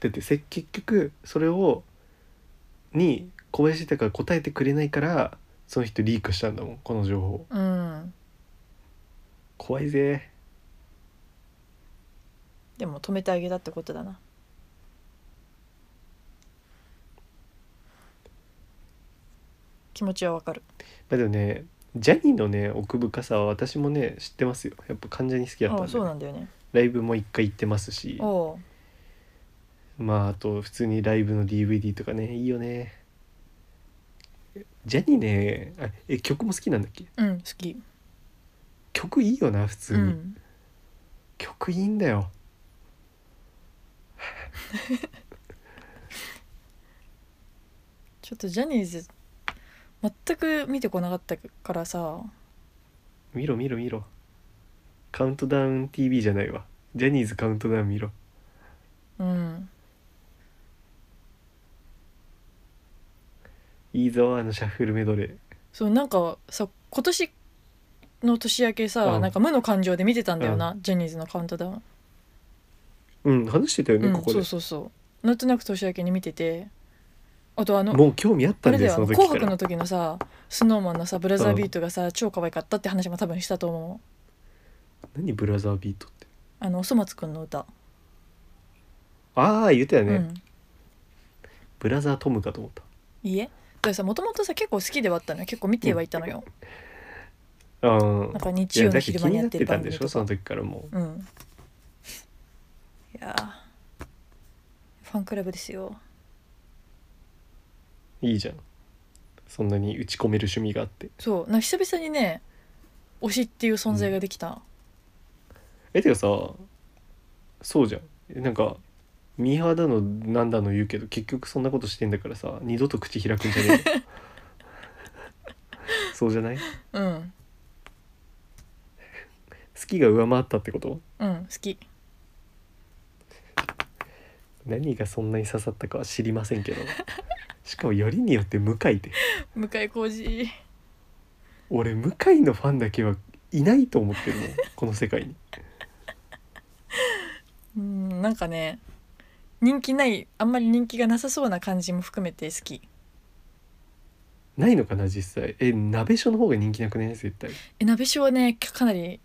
だってせ結局それをに小林豊が答えてくれないからその人リークしたんだもんこの情報うん怖いぜでも止めてあげたってことだな気持ちはわかるまあでもねジャニーのね奥深さは私もね知ってますよやっぱ患者に好きだったあんあでそうなんだよねライブも一回行ってますしおうまああと普通にライブの DVD とかねいいよねジャニーねあえ曲も好きなんだっけうん好き曲いいよな普通うに、ん曲いいんだよちょっとジャニーズ全く見てこなかったからさ見ろ見ろ見ろカウントダウン TV じゃないわジャニーズカウントダウン見ろうんいいぞあのシャッフルメドレーそうなんかさ今年の年明けさ、うんなんか無の感情で見てたんだよな、ジャニーズのカウントダウン、うん話してたよね、うん、ここそでうそうそうなんとなく年明けに見ててあとあのもう興味あったあんれだだよよあそのの紅時か白のら時のさスノーマンのさブラザーうんビートがさ、超可愛かったって話も多分したと思う何ブラザービートってあのおそ松くんの歌、ああ言ってたね、うんブラザートムかと思ったいいえだからさもともとさ結構好きではあったのよ結構見てはいたのよ、あなんあかい日や曜だのって昼気間ににやなっっててるた番んで組しとょそかの時からもううんいやーファンクラブですよいいじゃんそんなに打ち込める趣味があってそうなんか久々にね推しっていう存在ができた、えてかさそうじゃんえなんかミーハーだのなんだの言うけど結局そんなことしてんだからさ二度と口開くんじゃね えよそうじゃない好うん、うんきが上回ったってこと好き何がそんなに刺さったかは知りませんけどしかもよりによって向井で向井康二俺向井のファンだけはいないと思ってるもんこの世界にうんなんかね人気ないあんまり人気がなさそうな感じも含めて好きないのかな実際え鍋所の方が人気なくね絶対え鍋しはねかかなり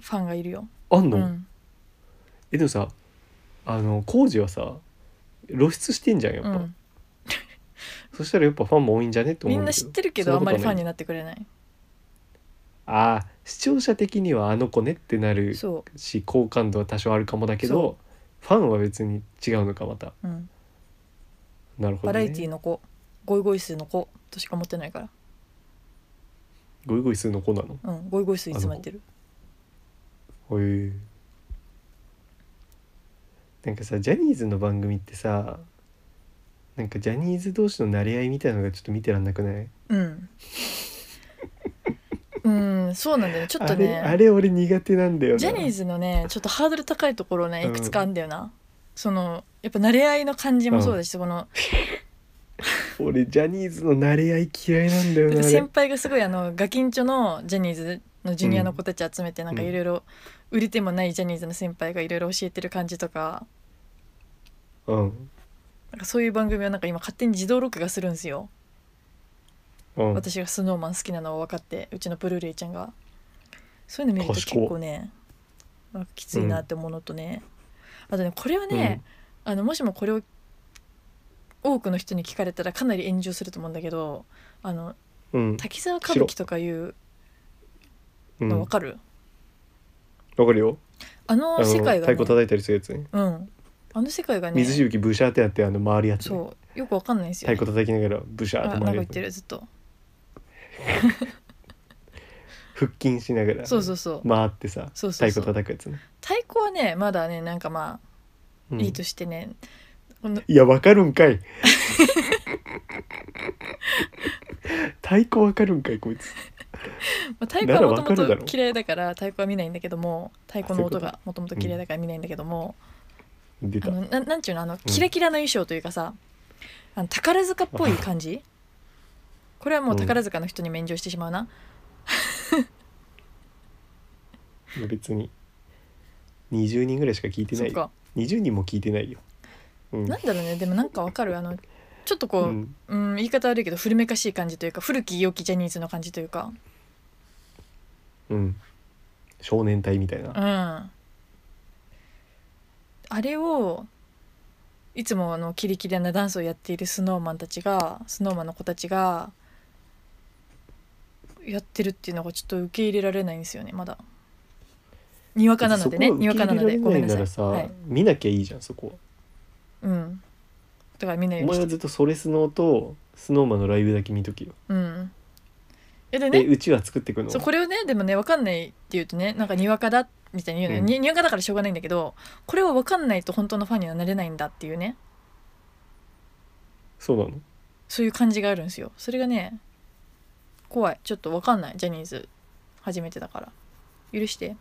ファンがいるよ、あんうの、ん、えでもさあの工事はさ露出してんじゃんやっぱ、うんそしたらやっぱファンも多いんじゃねって思みうんんだなけ知どってるけどあそんんなまこりとフなァいンになってくれないああ視聴者的にはあの子ねってなるそし好感度は多少あるかもだけどファンは別に違うのかまたう、うん、なるほバど、ね、ラエティの子ゴイゴイスーの子としか思ってないからゴイゴイするの子なのうんゴイゴイスーいつもやってるへえなんかさジャニーズの番組ってさなんかジャニーズ同士の馴れ合いみたいのがちょっと見てらんなくないうんうんそうなんだよねちょっとねあれあれ俺苦手なんだよなジャニーズのねちょっとハードル高いところねうんいくつかあんだよな、そのやっぱ慣れ合いの感じもそうだし、この俺ジャニーズの馴れ合い嫌いなんだよなんなかあれ先輩がすごいあのガキンチョのジャニーズのジュニアの子たち集めてなんかいろいろ売れてもないジャニーズの先輩がいろいろ教えてる感じとかうんなんかそういう番組はなんか今勝手に自動録画するんですようん私がスノーマン好きなのを分かってうちのブルーレイちゃんがそういうの見ると結賢構ねなんかきついなって思うのとね、あとねこれはうんね、あのもしもこれを多くの人に聞かれたらかなり炎上すると思うんだけどあのうん滝沢歌舞伎とかいううん、のわ分かる、かるよああのの世界が、太ね鼓叩いたりするやつねうん、あの世界がね水しぶきブシャーってなってあの回るやつね、そうよく分かんないんですよ、太鼓ね、叩きながらブシャーっあてなんか回るや言っつてね、るずっと腹筋しながらそうそうそう回ってさそう太そうそ鼓う叩くやつね、太鼓はねまだねなんかまうあんいいとしてね、このいやわかるんかい太鼓わかるんかいこいつまあ、太鼓はもならともわかるだとろ嫌いだから太鼓は見ないんだけども太鼓の音がもともとうん嫌いだから見ないんだけども、出たあのななんちゅうのあのうんキラキラの衣装というかさ、あの宝塚っぽい感じこれはもう宝塚の人に免状してしまうな、別に20人ぐらいしか聞いてそなっいよか20人も聞いてないよ、うんなんだろうねでもなんかわかるあのちょっとこう、ううんん、言い方悪いけど古めかしい感じというか古き良きジャニーズの感じというかうん、少年隊みたいな、うんあれをいつもあのキリキリなダンスをやっているスノーマンたちがスノーマンの子たちがやってるっていうのがちょっと受け入れられないんですよねまだにわかなのでねそこにわかなので受けごめ入んれられなさいらさ、はい見なきゃいいじゃんそこうんだからみんなはお言前うしはずっとソレスノーとスノーマンのライブだけ見ときよ、うんえででねうちは作ってくのそうこれをねでもねわかんないって言うとねなんかにわかだみたいに言うのよ、うんににわかだからしょうがないんだけどこれはわかんないと本当のファンにはなれないんだっていうねそうなのそういう感じがあるんですよそれがね怖いちょっとわかんないジャニーズ初めてだから許して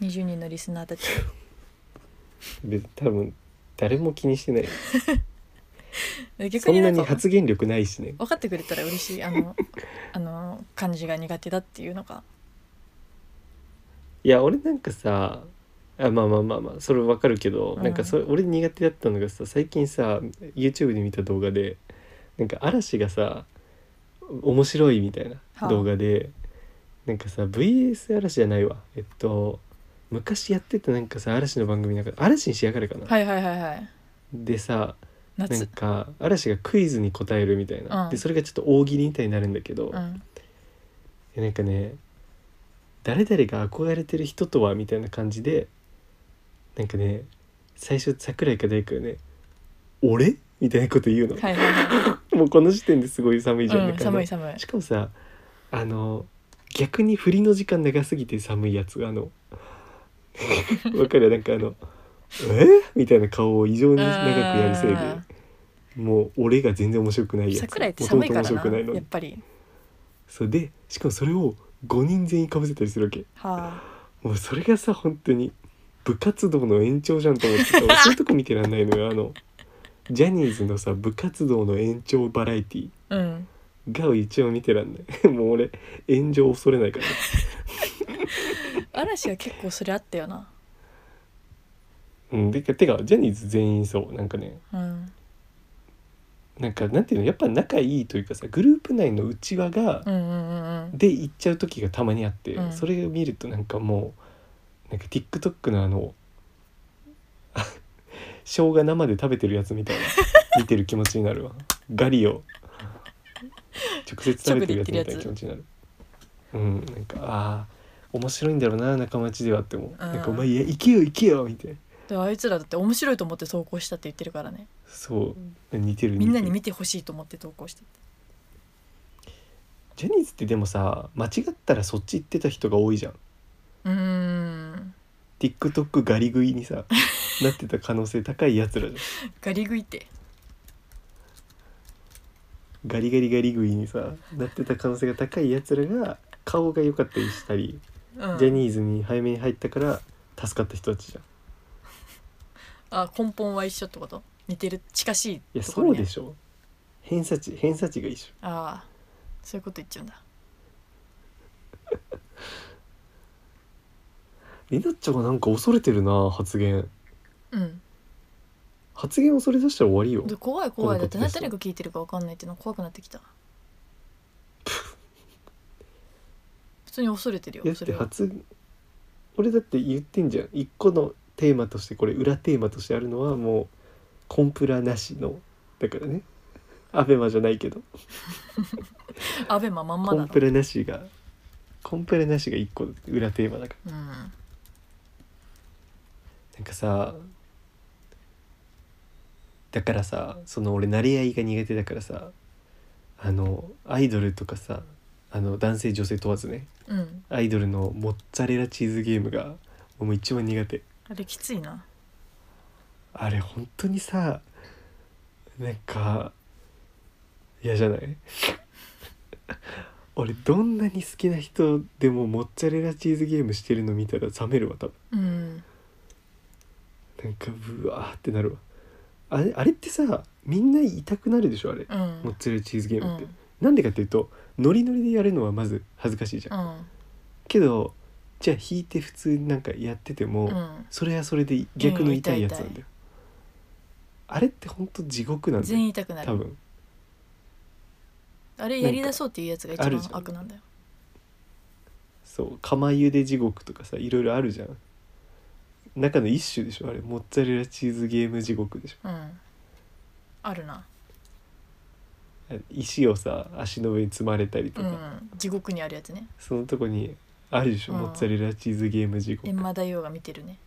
20人のリス ナーたち別に多分誰も気にしてないえそ逆にんななんにか発言力ないしね分かってくれたら嬉しいあの あの感じが苦手だっていうのがいや俺なんかさあまあまあまあまあそれわかるけど、うんなんかそれ俺苦手だったのがさ最近さ YouTube で見た動画でなんか嵐がさ面白いみたいはあな動画で、なんかさ VS 嵐じゃないわえっと昔やってたなんかさ嵐の番組なんか嵐にしやがれかな、はいはいはいはいでさな夏んか嵐がクイズに答えるみたいな、うんでそれがちょっと大喜利みたいになるんだけど、うんでなんかね誰々が憧れてる人とはみたいな感じでなんかね最初桜井か誰かがね「俺?」みたいなこと言うの、はいはいはもうこの時点ですごい寒いじゃん,、い、うなんん、かあの寒い寒いしかもさあの逆に振りの時間長すぎて寒いやつあ のわかるなんかあの「えみたいな顔を異常に長くやるせいあでもう俺が全然面白くないやつ桜井って寒いから元々面白くないなのやっにぱりそうでしかもそれを5人全員かぶせたりするわけはもうそれがさ本当に部活動の延長じゃんと思ってさ俺そういうとこ見てらんないのよあのジャニーズのさ部活動の延長バラエティあうんが一応見てらんない もう俺炎上恐れないから嵐は結構それあったよなうんでかてかジャニーズ全員そうなんかねうんなんかなんていうのやっぱ仲いいというかさグループ内の内輪が、うんうんうんうんで行っちゃう時がたまにあって、うんそれを見るとなんかもうなんか TikTok のあの あ生姜生で食べてるやつみたいな見てる気持ちになるわガリを直接食べてるやつみたいな気持ちになるうんなんかあー面白いんだろうな仲間内ではって思う、なんかうおん前いや行けよ行けよみたいなであいつらだって面白いと思って投稿したって言ってるからねそう似てるみんな似にてる見てほしいと思って投稿したってジャニーズってでもさ間違ったらそっち行ってた人が多いじゃんうーん TikTok ガリ食いにさなってた可能性高いやつらじゃんガリ食いってガリガリガリ食いにさなってた可能性が高いやつらが顔が良かったりしたり、うんジャニーズに早めに入ったから助かった人たちじゃんいあ根本は一緒ってこと似てる近しいやとそころうねでしょ偏差値偏差値が一緒ああそういうこと言っちゃうんだりなっちゃんがなんか恐れてるな発言うん発言恐れ出したら終わりよで怖い怖いだっこてのポッドなキャスト誰が聞いてるか分かんないっていうの怖くなっ てきた普通に恐れてるいやだよそってれは発俺だって言ってんじゃん一個のテーマとしてこれ裏テーマとしてあるのはもうコンプラなしのだからねアベマじゃないけどアベマまんまコだンろプラなしがコンプラなしが一個裏テーマだからうんなんかさだからさその俺馴れ合いが苦手だからさあのアイドルとかさあの男性女性問わずねうんアイドルのモッツァレラチーズゲームがもう一番苦手あれきついなあれ本当にさなんか嫌じゃない 俺どんなに好きな人でもモッツァレラチーズゲームしてるの見たら冷めるわ多分うんなんかうわーってなるわあれあれってさみんな痛くなるでしょあれうんモッツァレラチーズゲーうムって、んなんでかっていうとノリノリでやるのはまず恥ずかしいじゃん、うんけどじゃあ弾いて普通になんかやってても、うんそれはそれで逆の痛いやつなんうんだ痛よ、あれってほんと地獄なんだ全よ員痛くな多る分あれやりだそうっていうやつが一ある番じゃん悪なんだよそう釜茹で地獄とかさいろいろあるじゃん中の一種でしょあれモッツァレラチーズゲーム地獄でしょうんあるな石をさ足の上に積まれたりとうか、ん地獄にあるやつねそのとこにあるでしょ、うんモッツァレラチーズゲーム地獄閻魔大王が見てるね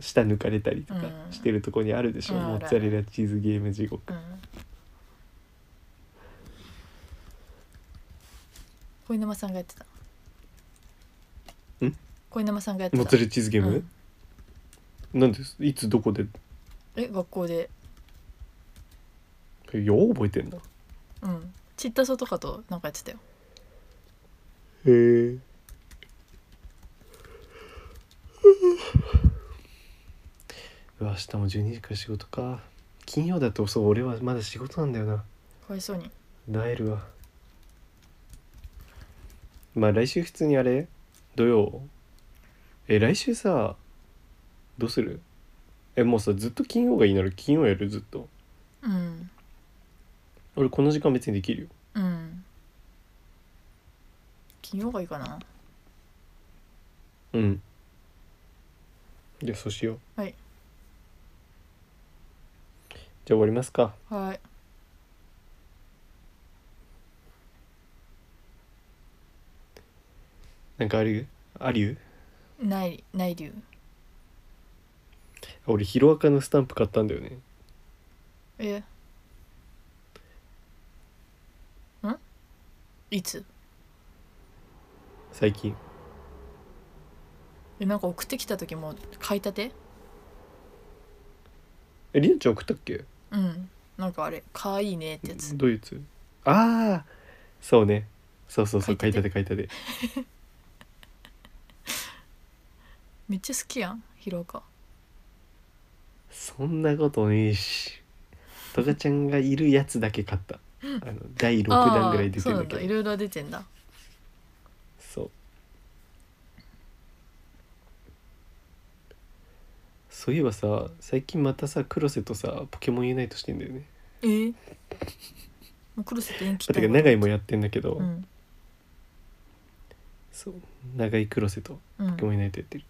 舌抜かれたりとかうんしてるとこにあるでしょ、うんモッツァレラチーズゲーム地獄うん小沼さんがやってたん小沼さんがやってモッたツァレラチーズゲーム、うんなんですいつどこでえ学校でよう覚えてんなへうんちったそとかとなんかやってたよえ明日も12時から仕事か金曜だとそう俺はまだ仕事なんだよなかわいそうになえるわまあ来週普通にあれ土曜え来週さどうするえもうさずっと金曜がいいなら金曜やるずっとうん俺この時間別にできるようん金曜がいいかなうんじゃあそうしようはいじゃあ終わりますかはいなんかあるありゅないない理由俺ヒロアカのスタンプ買ったんだよねえんいつ最近えなんか送ってきた時も買いたてえりなちゃん送ったっけうんなんかあれかわいいねってやつどういうやつああそうねそうそうそう書書いいたたてて書いたてめっちゃ好きやんヒロアカそんなことねえしトガちゃんがいるやつだけ買 ったあの第6弾ぐらい出てるあんーそうなだんけだどいろいろ出てんだそうそういえばさ最近またさ黒瀬とさポケモンユナイトしてんだよねえー、もうクロスって延期あてか長井もやってんだけど、うんそう長井黒瀬とうんポケモンユナイトやってる、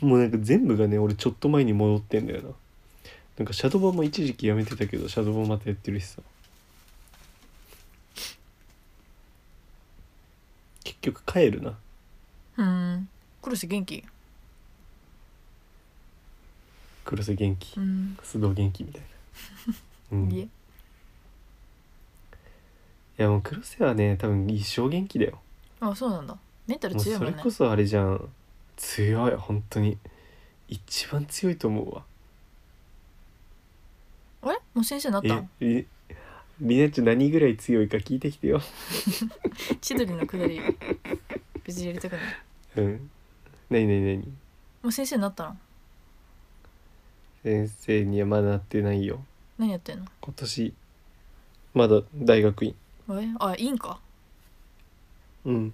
もうなんか全部がね俺ちょっと前に戻ってんだよななんかシャドーバも一時期やめてたけどシャドーバまたやってるしさ結局帰るなうんクロス元気黒瀬元気うん須藤元気みたいな、うん、いいえやもう黒瀬はね多分一生元気だよあそうなんだメンタルもう強いそもんれねこそあれじゃん強い本当に一番強いと思うわあれもう先生になったんえりりなちゃん何ぐらい強いか聞いてきてよ 千鳥のくだり別にやりたくないうん何何何もう先生になったの先生にはまだなってないよ何やってんの今年まだ大学院えあいいんかうん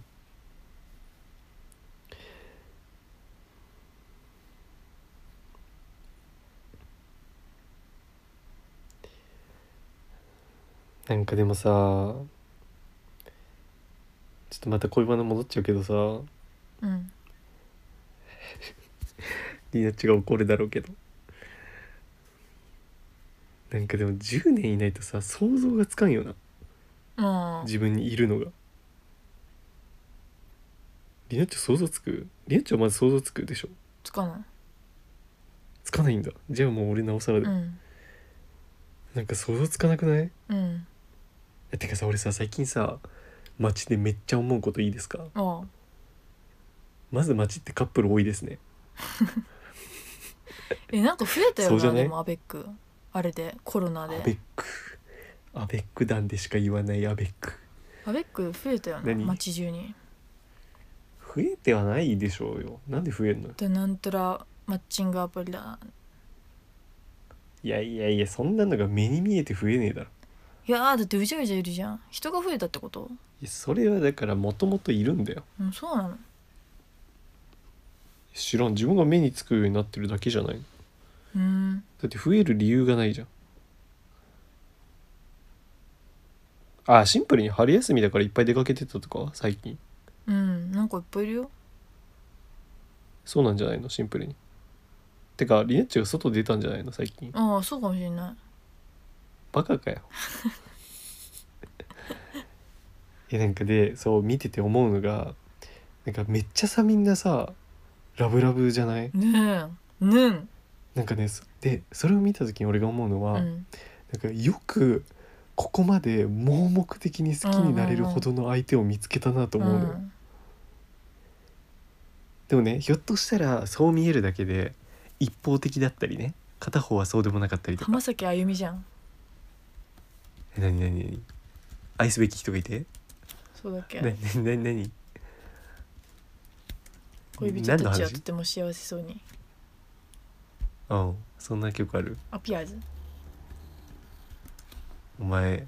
なんかでもさちょっとまた恋バナ戻っちゃうけどさうんリナッチが怒るだろうけどなんかでも10年いないとさ想像がつかんよなまあ自分にいるのがリナッチ想像つくリナッチはまず想像つくでしょつかなつかないんだじゃあもう俺なおさらいで、うんなんか想像つかなくないうんえてかさ俺さ最近さ街でめっちゃ思うこといいですかああまず街ってカップル多いですねえなんか増えたよそなうじゃないでもアベックあれでコロナアでベックアベック団でしか言わないアベックアベック増えたよな何街中に増えてはないでしょうよなんで増えるのでなんたらマッチングアプリだいやいやいやそんなのが目に見えて増えねえだろいやーだってうじゃうじゃいるじゃん人が増えたってこといやそれはだからもともといるんだようんそうなの知らん自分が目につくようになってるだけじゃないのうんだって増える理由がないじゃんあシンプルに春休みだからいっぱい出かけてたとか最近うんなんかいっぱいいるよそうなんじゃないのシンプルにてかリネッチが外出たんじゃないの最近ああそうかもしれなバカかよ いやなんかでそう見てて思うのがなんかめっちゃさみんなさラブラブじゃないいねえねんなんかねそでそれを見た時に俺が思うのは、うんなんかよくここまで盲目的に好きになれるほどの相手を見つけたなと思うのよ、んでもねひょっとしたらそう見えるだけで一方的だったりね片方はそうでもなかったりとか浜崎あゆみじゃんえ何何何愛すべき人がいてそうだっけ、何何何何恋人何のたちは話とても幸せそうにうんそんな曲あるあピアーズお前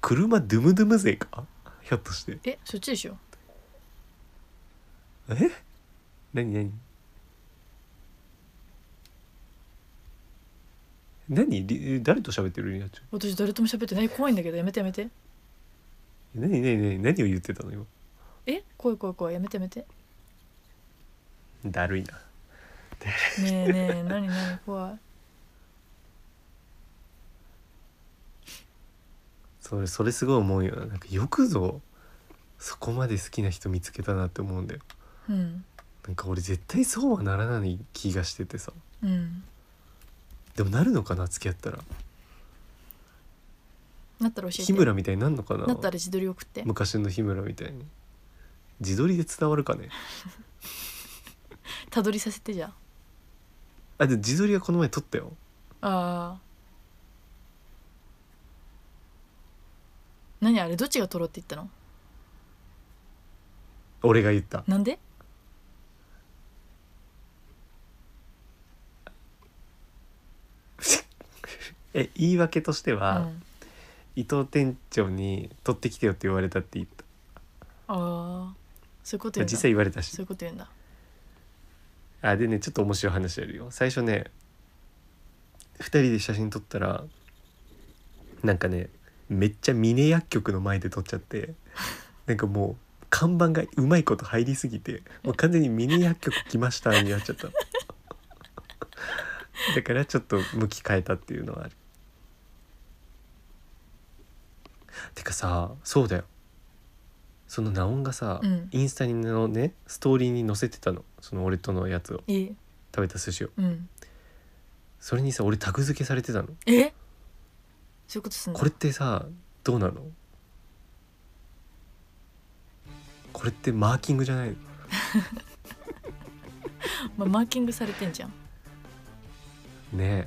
車ドゥムドゥム勢かひょっとしてえそっちでしょえ何何何り誰と喋ってるりなちゃん私誰とも喋ってない怖いんだけどやめてやめて何何何何を言ってたの今え怖い怖い怖いやめてやめてねだるいなえね え何何怖いそれそれすごい思うよななんかよくぞそこまで好きな人見つけたなって思うんだようんなんか俺絶対そうはならない気がしててさうんでもなるのかな付き合ったらなったら教えて日村みたいになんのかななったら自撮り送って昔の日村みたいに自撮りで伝わるかねたどりさせてじゃあでも自撮りはこの前撮ったよああー何あれどっちが撮ろうって言ったの俺が言ったなんでえ言い訳としては、うん、伊藤店長に「取ってきてよ」って言われたって言ったああそういうこと言うんだ実際言われたそういしうこと言うんだあでねちょっと面白い話やるよ最初ね2人で写真撮ったらなんかねめっちゃ峰薬局の前で撮っちゃってなんかもう看板がうまいこと入りすぎてもう完全に峰薬局来ましたになっちゃっただからちょっと向き変えたっていうのはあるてかさそうだよそのナオンがさ、うんインスタにのねストーリーに載せてたのその俺とのやつをいい食べた寿司をうんそれにさ俺タグ付けされてたのえそういうことすんだこれってさどうなのこれってマーキングじゃないのまあ、マーキングされてんじゃんねえ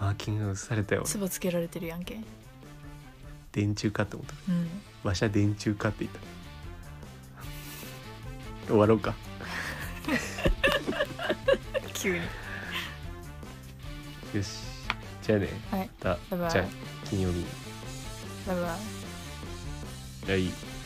マーキングされたよつばつけられてるやんけ電柱かって思ったうんわしゃ電柱かって言った終わろうか急によしじゃあねはいまバイたバイじゃあ金曜日バイバはイい